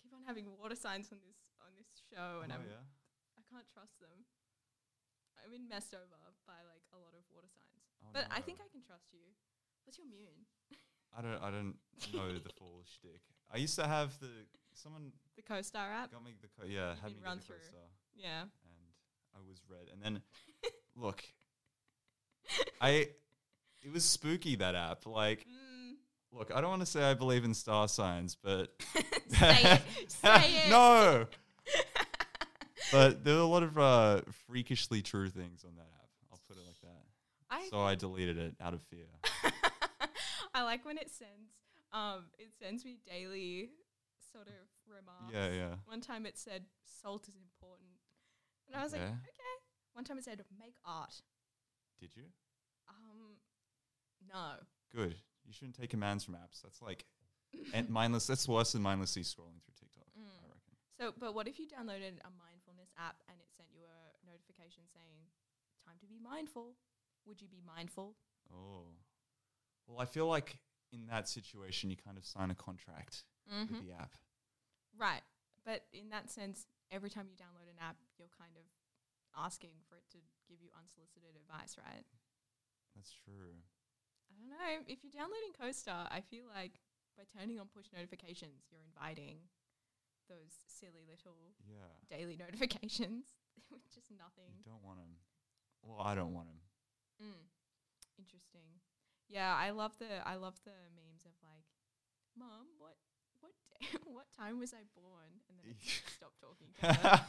Keep on having water signs on this on this show, and
oh,
I'm,
yeah.
I can't trust them. I've been messed over by like a lot of water signs,
Oh,
but I
no.
think I can trust you. What's your moon?
I don't I don't know the full shtick. I used to have the someone
The co-star app.
got me the co- yeah,
You
had
can
me
run
get the
through.
co-star
Yeah.
<laughs> and I was red. And then look. I it was spooky that app. Like <laughs>
Mm,
Look, I don't want to say I believe in star signs, but
say
<laughs>
it. Say it.
no. but there were a lot of uh, freakishly true things on that app. I'll put it like that.
I
So I deleted it out of fear.
<laughs> I like when it sends um it sends me daily sort of remarks.
yeah, yeah.
One time it said salt is important. And I was like,
Okay.
okay. One time it said make art.
Did you?
Um no.
Good. You shouldn't take commands from apps. That's like and mindless. That's worse than mindlessly scrolling through TikTok.
Mm.
I reckon.
So but what if you downloaded a mindfulness app and it sent you a notification saying time to be mindful? Would you be mindful?
Oh. Well, I feel like in that situation, you kind of sign a contract
Mm-hmm.
with the app.
Right. But in that sense, every time you download an app, you're kind of asking for it to give you unsolicited advice, right?
That's true.
I don't know. If you're downloading CoStar, I feel like by turning on push notifications, you're inviting those silly little
Yeah.
daily <laughs> notifications with just
You
nothing.
don't want them. Well, I don't want them.
Mm. Interesting. Yeah, I love the I love the memes of like, Mom, what what <laughs> day, what time was I born? And then stop talking to her.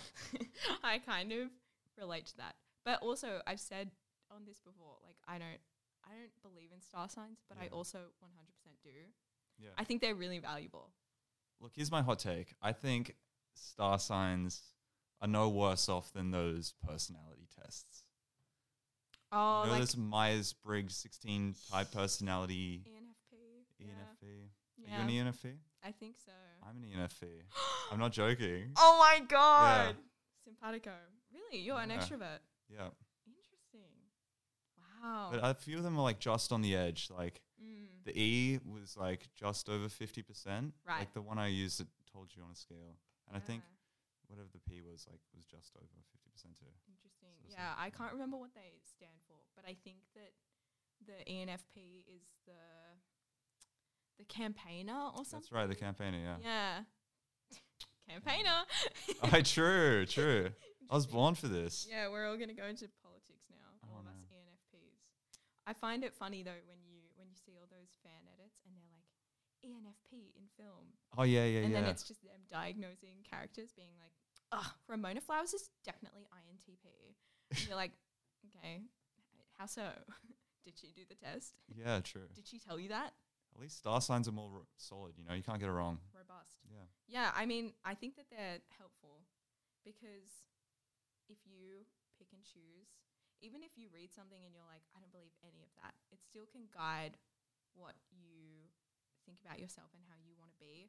<laughs>
<laughs>
I kind of relate to that. But also I've said on this before, like I don't I don't believe in star signs, but I
Yeah.
also 100% do.
Yeah.
I think they're really valuable.
Look, here's my hot take. I think star signs are no worse off than those personality tests.
Oh,
you know
like
those Myers Briggs 16 type personality
E ENFP.
E ENFP.
Yeah.
Are
yeah. Uh-huh.
you an E ENFP?
I think so.
I'm an E ENFP. I'm not joking.
<gasps> oh my god. Simpatico. Really? You're an
Yeah.
extrovert.
Yeah.
Interesting. Wow.
But a few of them are like just on the edge. Like
mm.
the E was like just over 50%.
Right. Uh.
Like the one I used, it told you on a scale. And I think
Yeah.
whatever the P was, like, was just over 50% too.
Interesting.
So it's
yeah,
like-
I can't remember what they stand for, but I think that the ENFP is the the campaigner or something.
That's right, the campaigner, yeah.
Yeah. <laughs> campaigner.
<laughs> Oh, true, true. I was born for this.
<laughs> Yeah, we're all going to go into politics now. all
Oh,
of us
no.
ENFPs. I find it funny though when you when you see all those fan edits and they're like ENFP in film,
Oh yeah, yeah,
and
yeah.
then it's just them diagnosing characters, being like, "Ugh, Ramona Flowers is definitely INTP." And you're like, "Okay, h- how so? <laughs> Did she do the test?
yeah, true.
Did she tell you that?
At least star signs are more ro- solid. You know, you can't get it wrong.
Robust."
Yeah.
Yeah, I mean, I think that they're helpful because if you pick and choose, even if you read something and you're like, I don't believe any of that, it still can guide what you think about yourself and how you want to be.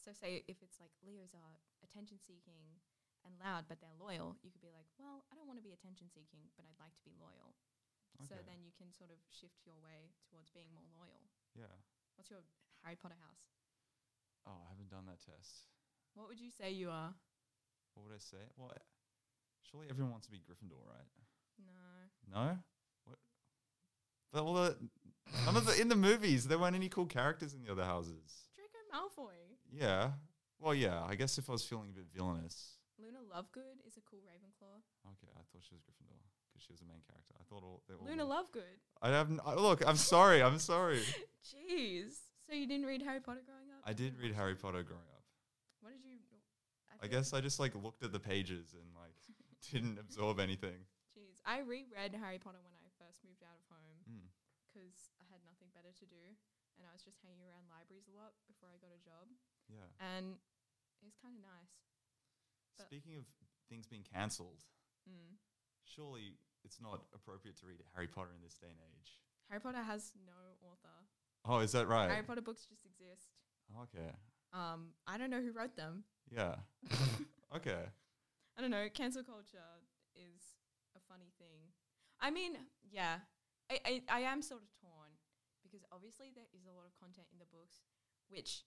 So, say if it's like Leos are attention seeking and loud, but they're loyal, you could be like, Well, I don't want to be attention seeking, but I'd like to be loyal. So
Okay.
then you can sort of shift your way towards being more loyal.
Yeah.
What's your Harry Potter house?
Oh, I haven't done that test.
What would you say you are?
What would I say? Well, I- surely everyone wants to be Gryffindor, right?
No.
No. What? But all the none of the in the movies there weren't any cool characters in the other houses.
Draco Malfoy.
Yeah. Well, yeah. I guess if I was feeling a bit villainous,
Luna Lovegood is a cool Ravenclaw.
okay, I thought she was Gryffindor because she was the main character. I thought all they all.
Luna Lovegood.
I have n- I- look. I'm sorry. I'm sorry.
Jeez. So you didn't read Harry Potter growing up?
I did read Harry Potter growing up.
What did you?
I
feel-
guess I just like looked at the pages and like didn't absorb anything.
Jeez, I reread Harry Potter when I first moved out of home
Mm.
because I had nothing better to do, and I was just hanging around libraries a lot before I got a job,
Yeah.
and it was kind of nice. But-
Speaking of things being cancelled,
Mm.
surely it's not appropriate to read Harry Potter in this day and age.
Harry Potter has no author.
Oh, is that right?
Harry Potter books just exist.
okay.
Um, I don't know who wrote them. <laughs>
Yeah. okay.
I don't know. Cancel culture is a funny thing. I mean, yeah, I, I, I am sort of torn because obviously there is a lot of content in the books, which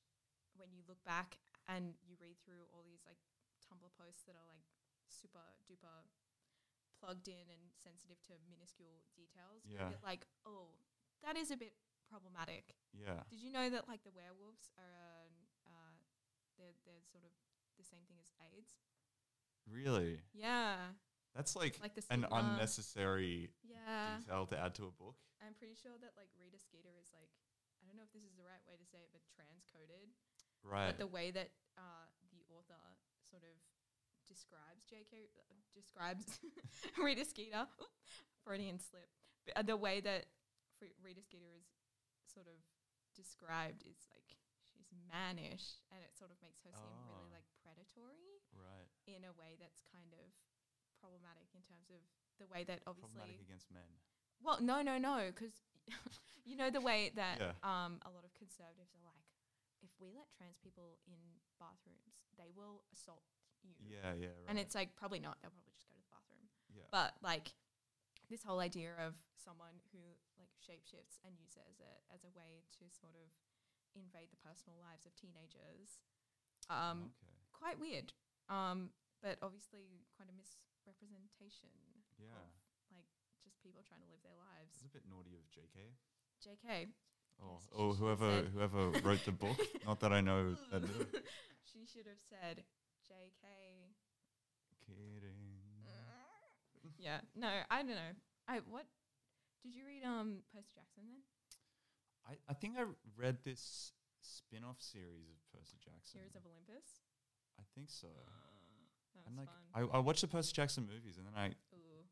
when you look back and you read through all these like Tumblr posts that are like super duper plugged in and sensitive to minuscule details, you're a
Yeah.
bit like, oh, that is a bit problematic.
Yeah.
Did you know that like the werewolves are um, uh, they're they're sort of the same thing as AIDS?
Really?
Yeah.
That's like,
like the
an
stigma.
unnecessary
Yeah,
detail to add to a book.
I'm pretty sure that like Rita Skeeter is like a I don't know if this is the right way to say it, but transcoded.
Right.
But the way that uh, the author sort of describes J.K. uh, describes <laughs> Rita Skeeter, oop, Freudian slip. B- uh, the way that Fre- Rita Skeeter is sort of described is like she's mannish, and it sort of makes her seem really
Ah.
like predatory
right.
in a way that's kind of problematic in terms of the way that obviously
Problematic against men.
well, no, no, no, because <laughs> you know the way that
Yeah.
um, a lot of conservatives are like, if we let trans people in bathrooms, they will assault you.
Yeah, yeah, right.
And it's like probably not. They'll probably just go to the bathroom.
yeah.
But like this whole idea of someone who like shapeshifts and uses it as a, as a way to sort of invade the personal lives of teenagers, um,
okay.
quite weird. Um, but obviously quite a misrepresentation
Yeah.
of like just people trying to live their lives.
It's a bit naughty of JK.
JK.
Oh,
Yes,
oh
she
whoever
said-
whoever wrote the
<laughs>
book. Not that I know. That
she should have said JK.
Kidding.
Mm. yeah. No, I don't know. I what did you read um Percy Jackson then?
I, I think I read this spin off series of Percy Jackson.
Heroes of Olympus?
I think so.
That
Uh, And
was
like
fun.
I, I watched the Percy Jackson movies and then I
Ooh.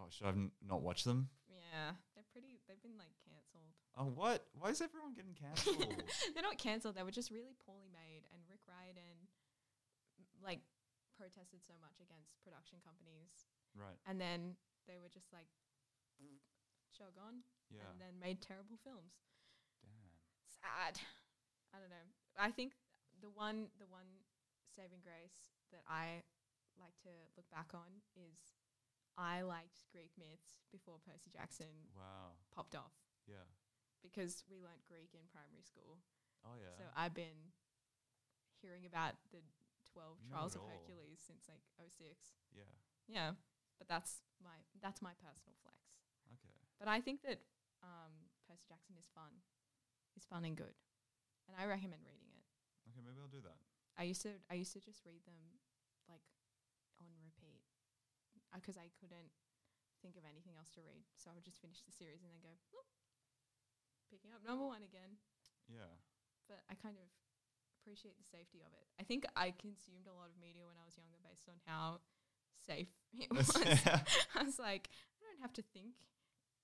oh should I have n- not watched them?
Yeah. They're pretty they've been like
<laughs>
cancelled.
Oh what? Why is everyone
<laughs>
getting cancelled?
They're not cancelled, they were just really poorly made and Rick Riordan m- like protested so much against production companies
right.
and then they were just like jog on
Yeah.
and then made terrible films.
Damn.
sad. I don't know. I think the one the one saving grace that I like to look back on is I liked Greek myths before Percy Jackson
Wow.
popped off
Yeah.
because we learnt Greek in primary school.
Oh yeah.
So I've been hearing about the 12
Not
trials
at
of
all.
Hercules since like 06.
yeah.
Yeah. But that's my that's my personal flex.
Okay.
But I think that um, Percy Jackson is fun. It's fun and good. And I recommend reading it.
Okay, maybe I'll do that.
I used to I used to just read them like on repeat because I couldn't think of anything else to read, so I would just finish the series and then go "Oop, picking up number one again. <laughs>
Yeah. <laughs>
But I kind of appreciate the safety of it. I think I consumed a lot of media when I was younger based on how safe <laughs> it
<laughs>
was. I was like, I don't have to think.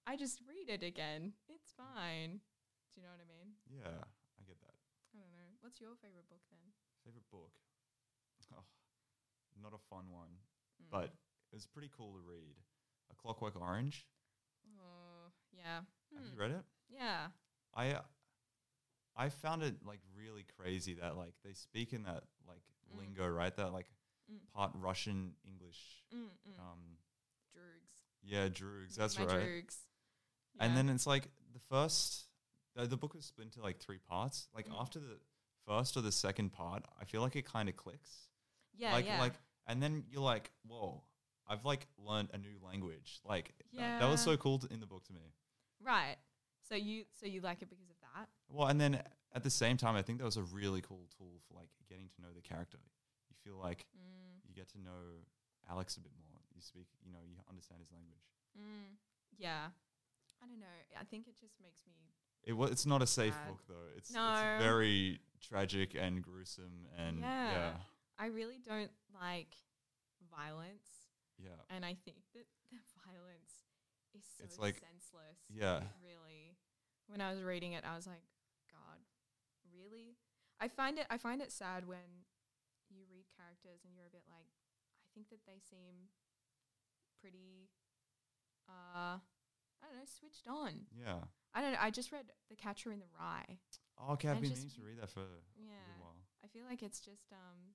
I just read it again. It's fine. Do you know what I mean?
yeah. I get that.
I don't know. What's your favorite book then?
Favorite book? Oh, not a fun one,
Mm.
but it was pretty cool to read. A Clockwork Orange.
Oh, yeah.
Have
Hmm.
you read it?
Yeah.
I uh, I found it like really crazy that like they speak in that like
Mm.
lingo, right? That like
Mm.
part Russian English.
Mm, mm.
Um,
Droogs.
yeah, droogs. That's
My
right.
Droogs.
And
Yeah.
then it's like the first, uh, the book was split into like three parts. Like
Mm.
after the first or the second part, I feel like it kind of clicks.
yeah,
like
yeah.
like, and then you're like, whoa, I've like learned a new language. Like that, that was
Yeah.
so cool to, in the book to me.
right. So you so you like it because of that?
Well, and then at the same time, I think that was a really cool tool for like getting to know the character. You feel like
Mm,
you get to know Alex a bit more. You speak, you know, you understand his language.
mm, yeah. I don't know. I think it just makes me
It wa it's not a safe
Sad.
book though. It's,
No.
it's very tragic and gruesome and
Yeah.
yeah,
I really don't like violence
yeah,
and I think that <laughs> the violence is so
It's like-
senseless.
yeah,
Really. When I was reading it, I was like, God, really? I find it I find it sad when you read characters and you're a bit like, I think that they seem pretty uh I don't know, switched on.
yeah.
I don't know. I just read The Catcher in the Rye.
Oh, okay, I've
And
been
just-
meaning to read that for a
Yeah.
little while.
I feel like it's just um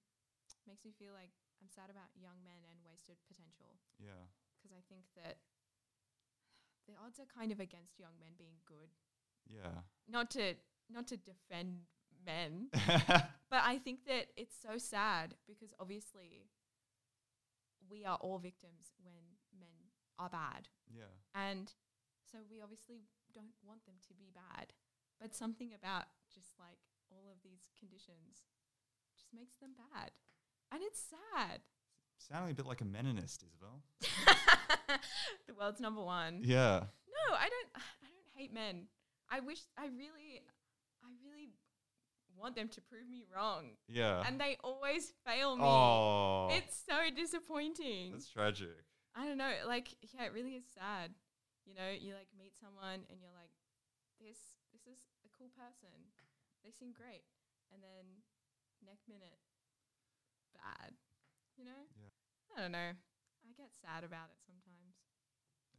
makes me feel like I'm sad about young men and wasted potential.
Yeah,
because I think that the odds are kind of against young men being good. Not to not to defend men, <laughs>
yeah,
but I think that it's so sad because obviously we are all victims when men are bad,
<laughs> yeah,
and so we obviously don't want them to be bad. But something about just like all of these conditions just makes them bad, and it's sad.
sounding a bit like a Meninist,
<laughs>
Isabel.
the world's number one.
Yeah,
<sighs> No, I don't. I don't hate men. I wish I really, I really want them to prove me wrong,
Yeah.
and they always fail me.
oh,
It's so disappointing.
that's tragic.
I don't know. Like, yeah, it really is sad. You know, you like meet someone and you're like, this this is a cool person. They seem great, and then next minute, bad. You know.
Yeah.
I don't know. I get sad about it sometimes.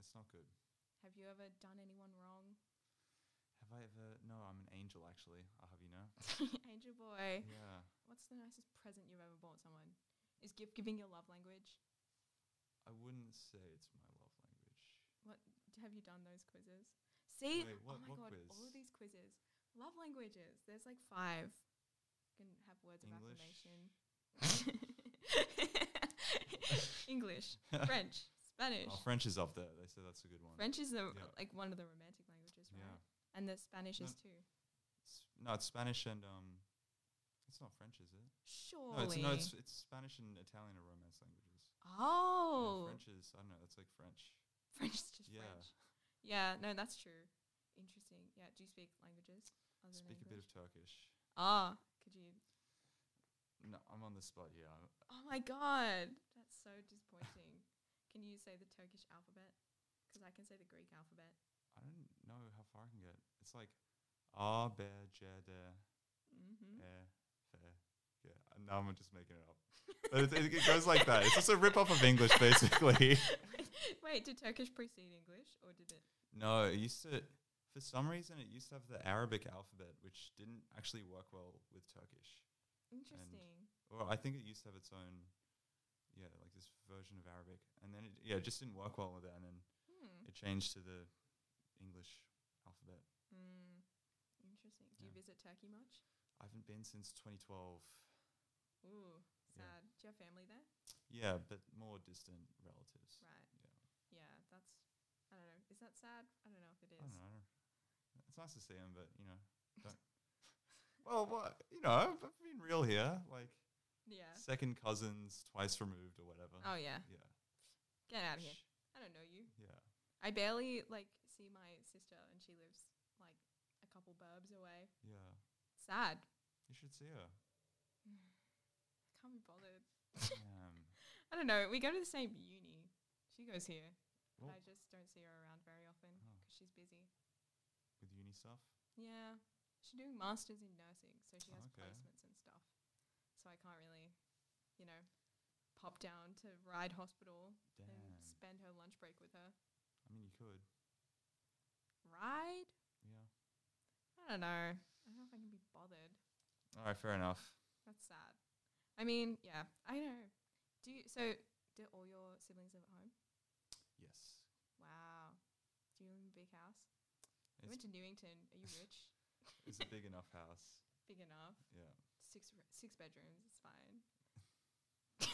It's not good.
Have you ever done anyone wrong,
Have I ever? No, I'm an angel, actually. I'll have you know. <laughs>
Angel boy?
Yeah.
What's the nicest present you've ever bought someone? Is gift giving your love language?
I wouldn't say it's my love language.
D- Have you done those quizzes? See,
Wait,
oh
what-
my
what
god,
quiz?
all of these quizzes, love languages. There's like five. You can have words
English.
of affirmation. <laughs>
<laughs>
English, French, Spanish.
Oh, French is up there. They say that's a good one.
French is the,
Yeah.
like one of the romantic languages, right?
Yeah.
And the Spanish
No.
is too.
S- No, it's Spanish and um, it's not French, is it? No, it's
Surely.
no, it's, it's Spanish and Italian are romance languages. Yeah,
oh,
French is I don't know. That's like French.
French is just
Yeah.
French. Yeah, no, that's true. Interesting. Yeah, do you speak languages? Other than
Speak a bit
English?
of Turkish.
Ah, could you?
No, I'm on the spot here. I-
Oh my god, that's so disappointing. can you say the Turkish alphabet? Because I can say the Greek alphabet.
I don't know how far I can get. It's like A B J D E
Mm-hmm.
F. Yeah, uh, now I'm just making it up. But <laughs> it, it, it goes like that. It's just a rip off of
<laughs>
English, basically.
Wait, did Turkish precede English, or did it?
No, it used to. For some reason, it used to have the Arabic alphabet, which didn't actually work well with Turkish.
Interesting.
Or I think it used to have its own, yeah, like this version of Arabic, and then it, yeah, it just didn't work well with that, and then
Hmm.
it changed to the English alphabet.
Mm. Interesting. Do you
Yeah.
visit Turkey much?
I haven't been since 2012.
Ooh,
Yeah.
sad. Do you have family there?
Yeah, but more distant relatives.
Right. Yeah, that's. I don't know. Is that sad? I don't know if it
I
is.
don't know. It's nice to see them, but you know, don't. <laughs> well, what you know, I've I've been real here, like
Yeah.
second cousins, twice removed or whatever.
Oh yeah.
Yeah.
Get out of here. I don't know you.
Yeah.
I barely like see my sister, and she lives like a couple burbs away.
Yeah.
Sad.
You should see
<laughs>
her.
Can't be bothered.
Damn.
I don't know. We go to the same uni. She goes here. but
Well-
I just don't see her around very often
Oh.
because she's busy.
With uni stuff?
Yeah, she's doing masters in nursing, so she
Oh,
has
okay.
placements and stuff. So I can't really, you know, pop down to Ride Hospital
Damn.
and spend her lunch break with her.
I mean, you could.
Ride?
Yeah.
I don't know. I don't know if I can be bothered.
All right, fair enough.
That's sad. I mean, yeah, I don't know. Do you, so? Do all your siblings live at home?
Yes.
Wow. Do you live in a big house? I went
It's,
to Newington. Are you rich?
it's a big enough house.
Big enough. <laughs>
Yeah.
Six r- six bedrooms. It's fine.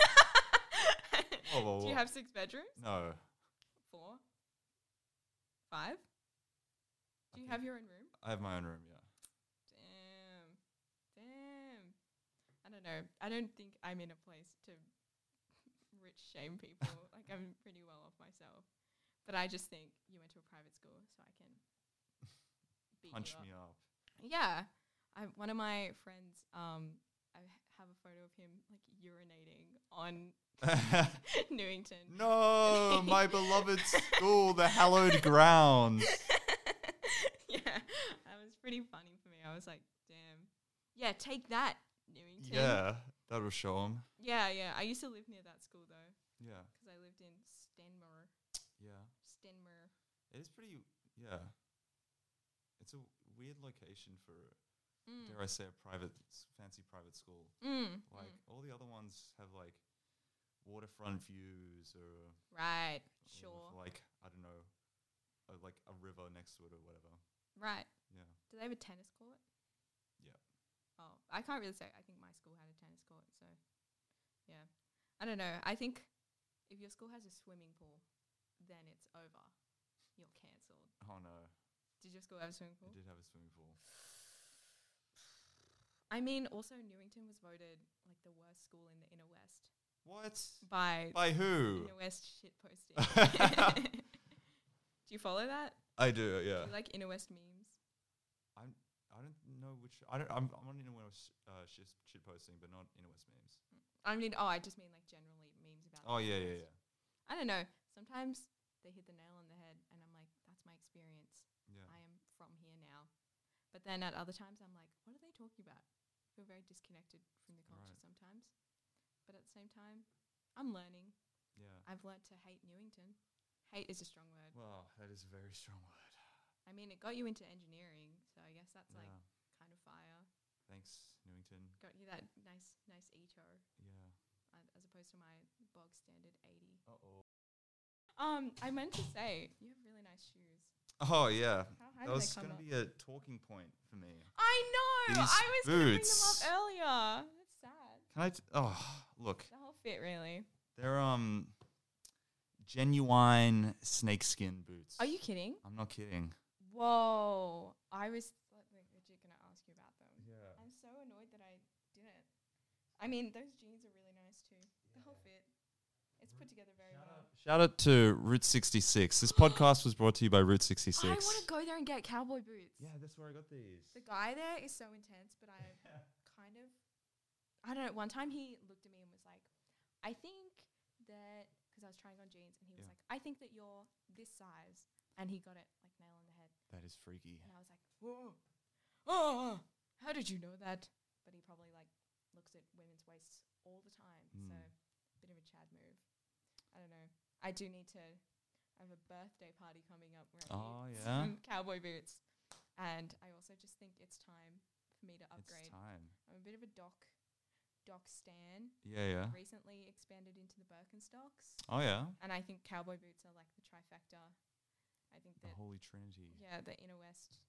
Whoa,
<laughs>
whoa,
Do you
whoa.
have six bedrooms?
No.
Four. Five.
I
Do you
think-
have your own room?
I have my own room, yeah.
Damn. Damn. I don't know. I don't think I'm in a place to <laughs> rich shame
<laughs>
people. like I'm pretty well off myself. But I just think you went to a private school, so I
<laughs>
can beat
Punch
you up.
me up.
Yeah. I, one of my friends, um, I h- have a photo of him like urinating on <laughs> Newington.
no, my beloved school, the hallowed grounds.
<laughs> yeah, that was pretty funny for me. I was like, damn. Yeah, take that, Newington.
Yeah, that'll show them.
Yeah, yeah. I used to live near that school though,
Yeah,
'cause I lived in Stanmore.
yeah.
Stanmore.
It is pretty, yeah. It's a weird location for,
Mm.
dare I say, a private, s- fancy private school.
Mm,
Like
mm.
all the other ones have like waterfront views or, or
Right,
with,
sure.
like I don't know, uh, like a river next to it or whatever.
Right.
Yeah.
Do they have a tennis court?
Yeah.
Oh, I can't really say. I think my school had a tennis court, so yeah. I don't know. I think if your school has a swimming pool, then it's over. You're cancelled.
Oh no,
Did your school have a swimming
it
pool?
did have a swimming pool.
I mean, also Newington was voted like the worst school in the inner west
What?
by
By who?
inner west shit
<laughs>
posting. <laughs> Do you follow that?
I do. Yeah.
Do you like inner west memes?
I don't know which. I don't. I'm, I'm not into West uh, shit, shit posting, but not into West memes.
I mean, oh, I just mean like generally memes about.
Oh yeah,
themselves.
yeah, yeah,
I don't know. Sometimes they hit the nail on the head, and I'm like, that's my experience.
yeah.
I am from here now. But then at other times, I'm like, what are they talking about? I feel very disconnected from the culture
Right.
sometimes. But at the same time, I'm learning.
yeah.
I've learnt to hate Newington. Hate is a strong word.
Well, that is a very strong word.
I mean, it got you into engineering, so I guess that's like
yeah.
kind of fire.
Thanks, Newington.
Got you that nice, nice ETO
Yeah.
uh, as opposed to my bog standard 80.
Uh oh.
Um, I meant to say, you have really nice shoes.
Oh yeah.
How high
that
do
was
they come
going to
up?
be a talking point for me.
I know!
These
I was going to bring them
boots.
up earlier. That's sad.
Can I? T- oh, look.
The whole fit, really.
They're um genuine snakeskin boots.
Are you kidding?
I'm not kidding.
Whoa. I was like legit gonna ask you about them.
Yeah.
I'm so annoyed that I didn't. I mean, those jeans are really nice too. The whole fit. It's put together very well.
Shout out to Route 66.
<gasps>
This podcast was brought to you by Route 66.
I want to go there and get cowboy boots.
Yeah, that's where I got these.
The
<laughs>
guy there is so intense, but I kind of I don't know. One time he looked at me and was like, "I think that because I was trying on jeans and he was
Yeah.
like, "I think that you're this size." And he got it like nail on the head.
That is freaky.
And I was like, whoa, oh, how did you know that? But he probably like looks at women's waists all the time. So
Mm.
bit of a Chad move. I don't know. I do need to. I have a birthday party coming up where I
Oh,
need
yeah?
some cowboy boots, and I also just think it's time for me to
It's
upgrade.
time.
I'm a bit of a doc, doc stan.
Yeah, yeah.
Recently expanded into the Birkenstocks,
Oh, yeah.
and I think cowboy boots are like the trifecta. I think
The
that
Holy Trinity.
yeah, the inner west,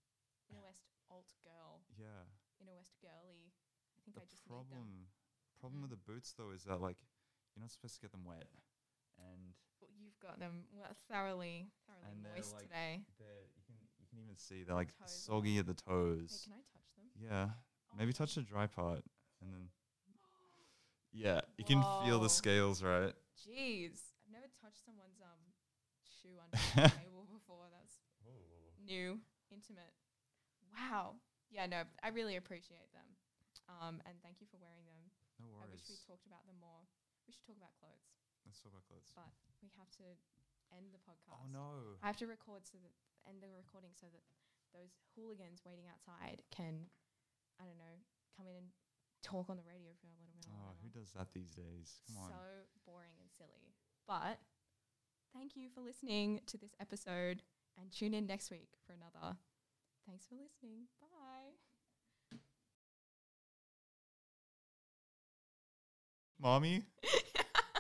inner west alt girl,
Yeah.
inner west girly. I think I
The
just need them. Mm.
problem, problem with the boots, though, is that, like, you're not supposed to get them wet. And
Well, you've got them well, thoroughly, thoroughly
And they're
moist
like-
today.
they're, you, can, you can even see they're, like,
Toes.
soggy at the
Hey,
toes.
can I touch them? <gasps>
Yeah.
Oh
Maybe
my
touch the dry part and then. Yeah, you can feel
Whoa.
the scales, right?
Jeez, I've never touched someone's um shoe under the
<laughs>
table before. That's new, intimate. Wow. Yeah, no, I really appreciate them. Um, and thank you for wearing them.
No
I wish we
worries.
talked about them more. We should talk about clothes,
Let's talk about clothes.
but we have to end the podcast.
Oh no.
I have to record so that end the recording so that those hooligans waiting outside can, I don't know, come in and talk on the radio for a little bit. or
Oh, who
whatever.
does that these days? Come on.
So boring and silly. But thank you for listening to this episode, and tune in next week for another. Thanks for listening. Bye. <laughs>
Mommy?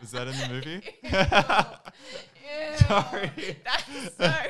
Is that in the movie?
<laughs> Ew. Ew.
<laughs> Sorry.
That's so
<laughs>